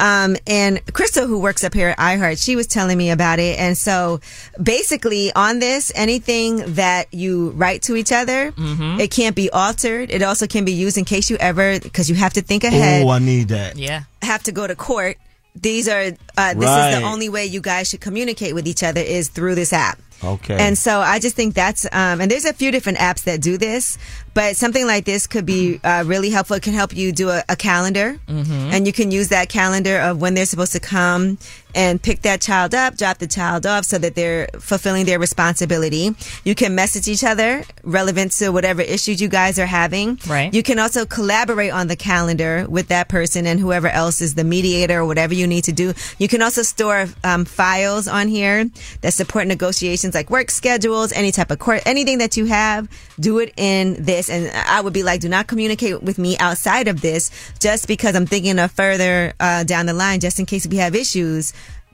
Speaker 1: Um, and Crystal, who works up here at iHeart, she was telling me about it. And so, basically, on this, anything that you write to each other,
Speaker 6: Mhm.
Speaker 1: it can't be altered. It also can be used in case you ever, because you have to think ahead
Speaker 6: Oh, I need that.
Speaker 5: yeah.
Speaker 1: have to go to court. These are uh, this is
Speaker 6: Right.
Speaker 1: the only way you guys should communicate with each other is through this app.
Speaker 6: Okay.
Speaker 1: And so I just think that's um, and there's a few different apps that do this, but something like this could be uh, really helpful. It can help you do a, a calendar,
Speaker 5: Mhm.
Speaker 1: and you can use that calendar of when they're supposed to come and pick that child up, drop the child off, so that they're fulfilling their responsibility. You can message each other relevant to whatever issues you guys are having.
Speaker 5: Right.
Speaker 1: You can also collaborate on the calendar with that person and whoever else is the mediator or whatever you need to do. You can also store um, files on here that support negotiations like work schedules, any type of court, anything that you have. Do it in this. And I would be like, do not communicate with me outside of this just because I'm thinking of further uh, down the line, just in case we have issues.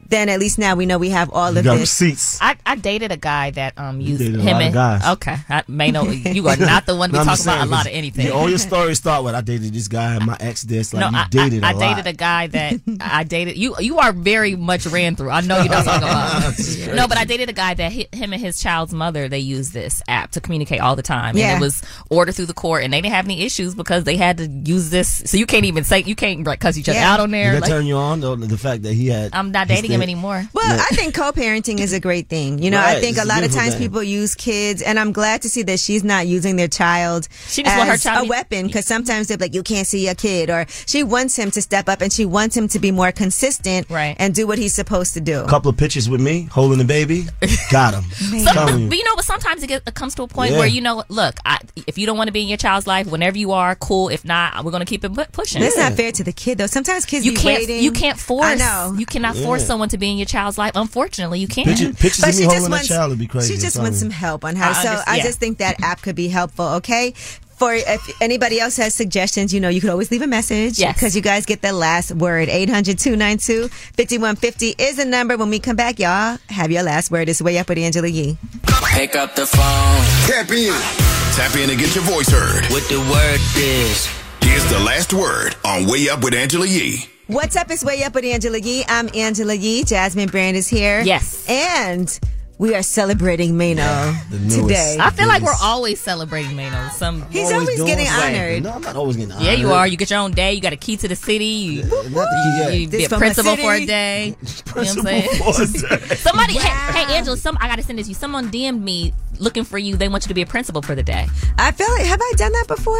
Speaker 1: Then at least now we know we have all of this.
Speaker 5: I, I dated a guy that um
Speaker 6: You
Speaker 5: used
Speaker 6: dated a
Speaker 5: him
Speaker 6: lot of
Speaker 5: and
Speaker 6: guys.
Speaker 5: okay. I may know you
Speaker 6: <laughs>
Speaker 5: are not the one to
Speaker 6: No,
Speaker 5: be
Speaker 6: I'm
Speaker 5: talking
Speaker 6: just
Speaker 5: about a
Speaker 6: saying,
Speaker 5: lot of
Speaker 6: 'cause
Speaker 5: anything.
Speaker 6: you- all your stories start with I dated this guy, my ex this. Like
Speaker 5: no,
Speaker 6: you
Speaker 5: I-
Speaker 6: dated
Speaker 5: I,
Speaker 6: a
Speaker 5: I
Speaker 6: lot.
Speaker 5: dated a guy
Speaker 1: <laughs>
Speaker 5: that I dated. You you are very much ran through. I know you don't talk
Speaker 6: <laughs>
Speaker 5: about. no, but I dated a guy that hi him and his child's mother they use this app to communicate all the time,
Speaker 1: Yeah.
Speaker 5: and it was ordered through the court, and they didn't have any issues because they had to use this. So you can't even say you can't like cuss each other out on there.
Speaker 6: Did that
Speaker 5: like-
Speaker 6: turn you on though? The fact that he had.
Speaker 5: I'm not
Speaker 6: his
Speaker 5: dating him
Speaker 6: thing?
Speaker 5: anymore.
Speaker 1: Well,
Speaker 6: No.
Speaker 1: I think co-parenting is a great thing. You know, I
Speaker 6: Right,
Speaker 1: think a
Speaker 6: it's a
Speaker 1: lot of
Speaker 6: beautiful
Speaker 1: times
Speaker 6: thing.
Speaker 1: people use kids, and I'm glad to see that she's not using their child
Speaker 5: She just want her
Speaker 1: as
Speaker 5: child
Speaker 1: a
Speaker 5: to-
Speaker 1: weapon because sometimes they're like, you can't see your kid, or she wants him to step up and she wants him to be more consistent right. and do what he's supposed to do.
Speaker 6: couple of pictures with me holding the
Speaker 5: <laughs>
Speaker 6: baby. Got him.
Speaker 5: Some-
Speaker 6: Telling you.
Speaker 5: but you know, but sometimes it, get, it comes to a point
Speaker 6: Yeah.
Speaker 5: where you know, look, I, if you don't want to be in your child's life, whenever you are, cool. If not, we're gonna keep it pu- pushing.
Speaker 1: That's not fair to the kid though. Sometimes kids
Speaker 5: You
Speaker 1: be
Speaker 5: can't.
Speaker 1: waiting.
Speaker 5: You can't force.
Speaker 1: I know.
Speaker 5: You cannot
Speaker 1: Yeah.
Speaker 5: force someone to be in your child's life. Unfortunately, you can't.
Speaker 6: Picture- pictures of me holding that child would be crazy.
Speaker 1: She
Speaker 6: I'm
Speaker 1: just
Speaker 6: telling
Speaker 1: wants
Speaker 6: you.
Speaker 1: some help on how.
Speaker 5: I
Speaker 1: so
Speaker 5: understand-
Speaker 1: I
Speaker 5: yeah.
Speaker 1: just think that app could be helpful. Okay. For if anybody else has suggestions, you know, you could always leave a message because you guys get the last word. 800-292-5150 is the number. When we come back, y'all have your last word. It's way up with Angela Yee.
Speaker 8: Pick up the phone. Tap in. Tap in and get your voice heard. What the word is. Here's the last word on Way Up with Angela Yee.
Speaker 1: What's up? It's way up with Angela Yee. I'm Angela Yee. Jasmine Brand is here. Yes. And we are celebrating Mano
Speaker 6: the newest,
Speaker 1: today.
Speaker 5: I feel like we're always celebrating Mano. Some
Speaker 1: He's always always doing getting something. honored.
Speaker 6: No, I'm not always getting
Speaker 5: Yeah, you
Speaker 6: honored.
Speaker 5: are. You get your own day. You got a key to the city. You,
Speaker 6: yeah.
Speaker 5: you
Speaker 6: This
Speaker 5: be a
Speaker 6: from my
Speaker 5: principal for a
Speaker 6: city.
Speaker 5: day.
Speaker 6: Principal
Speaker 5: you know what I'm
Speaker 6: for
Speaker 5: <laughs>
Speaker 6: a
Speaker 5: saying?
Speaker 6: <laughs>
Speaker 5: Somebody, hey, hey, Angela, some I gotta send this to you. Someone DM'd me looking for you. They want you to be a principal for the day.
Speaker 1: I feel like have I done that before?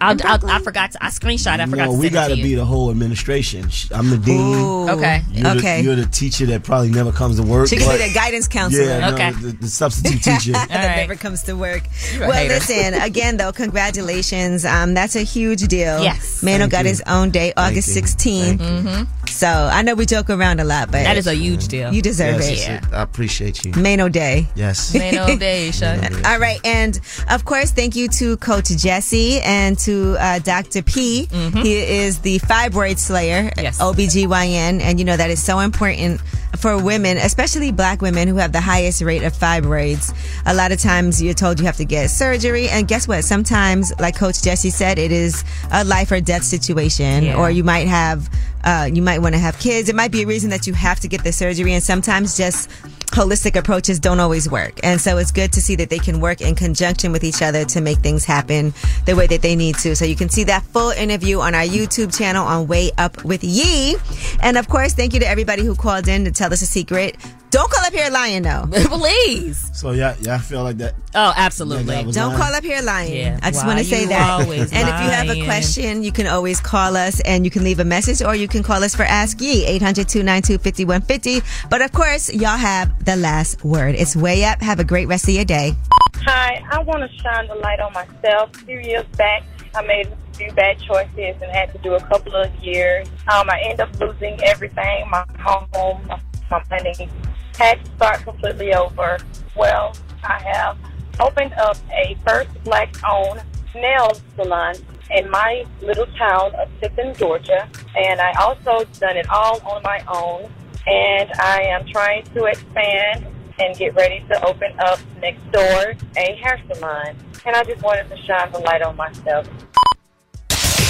Speaker 5: I'll, I'll, I forgot. To, I screenshot. I forgot
Speaker 6: No,
Speaker 5: to send
Speaker 6: we
Speaker 5: it
Speaker 6: gotta
Speaker 5: to you.
Speaker 6: be the whole administration. Sh- I'm the dean.
Speaker 5: Ooh. Okay.
Speaker 6: You're
Speaker 5: Okay.
Speaker 6: The, you're the teacher that probably never comes to work.
Speaker 1: She could
Speaker 6: but-
Speaker 1: be the guidance counselor.
Speaker 6: Yeah, no,
Speaker 1: Okay.
Speaker 6: the, the
Speaker 1: <laughs>
Speaker 6: substitute teacher.
Speaker 1: that never comes to work.
Speaker 6: a
Speaker 1: well,
Speaker 5: <laughs>
Speaker 6: hater.
Speaker 1: listen, again, though, congratulations. Um, that's a huge deal.
Speaker 5: Yes.
Speaker 1: Mano
Speaker 5: Thank
Speaker 1: got
Speaker 5: you.
Speaker 1: his own day,
Speaker 5: Thank
Speaker 1: August
Speaker 5: you.
Speaker 1: 16th. Mm-hmm. So I know we joke around a lot, but
Speaker 5: That is a huge deal.
Speaker 1: You deserve
Speaker 6: Yes,
Speaker 1: it.
Speaker 6: I appreciate you.
Speaker 1: Mano Day.
Speaker 6: Yes.
Speaker 5: Mano
Speaker 1: <laughs>
Speaker 5: Day, Sean.
Speaker 1: All right. And of course, thank you to Coach Jesse and to uh, Dr. P. He is the fibroid slayer, yes. OBGYN. And you know, that is so important for women, especially black women who have the highest rate of fibroids. A lot of times you're told you have to get surgery. And guess what? Sometimes, like Coach Jesse said, it is a life or death situation,
Speaker 21: Yeah.
Speaker 1: or you might have, uh, you might want to have kids. It might be a reason that you have to get the surgery. And sometimes just holistic approaches don't always work. And so it's good to see that they can work in conjunction with each other to make things happen the way that they need to. So you can see that full interview on our YouTube channel on Way Up with Yee. And of course, thank you to everybody who called in to tell us a secret. Don't call up here lying though. Please.
Speaker 6: So yeah, yeah, I feel like that.
Speaker 5: Oh, absolutely.
Speaker 6: Like I was
Speaker 1: Don't
Speaker 6: lying.
Speaker 1: call up here lying.
Speaker 6: Yeah.
Speaker 1: I just
Speaker 6: Why
Speaker 1: want to say
Speaker 6: you
Speaker 1: that. And
Speaker 6: always
Speaker 1: if you have a
Speaker 6: lying?
Speaker 1: question, you can always call us and you can leave a message or you can call us for Ask Ye, 800 292 5150. But of course, y'all have the last word. It's way up. Have a great rest of your day.
Speaker 22: Hi, I want to shine the light on myself. A few years back, I made a few bad choices and had to do a couple of years. Um, I ended up losing everything my home, my, my money. Had to start completely over. Well, I have opened up a first black owned nail salon in my little town of Tiffin, Georgia. And I also done it all on my own. And I am trying to expand and get ready to open up next door a hair salon. And I just wanted to shine the light on myself.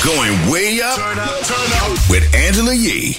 Speaker 8: Going way up, with Angela Yee.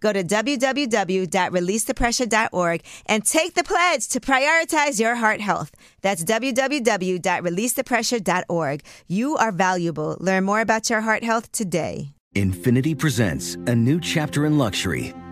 Speaker 1: Go to www.releasethepressure.org and take the pledge to prioritize your heart health. That's www.releasethepressure.org. You are valuable. Learn more about your heart health today.
Speaker 2: Infinity presents a new chapter in luxury,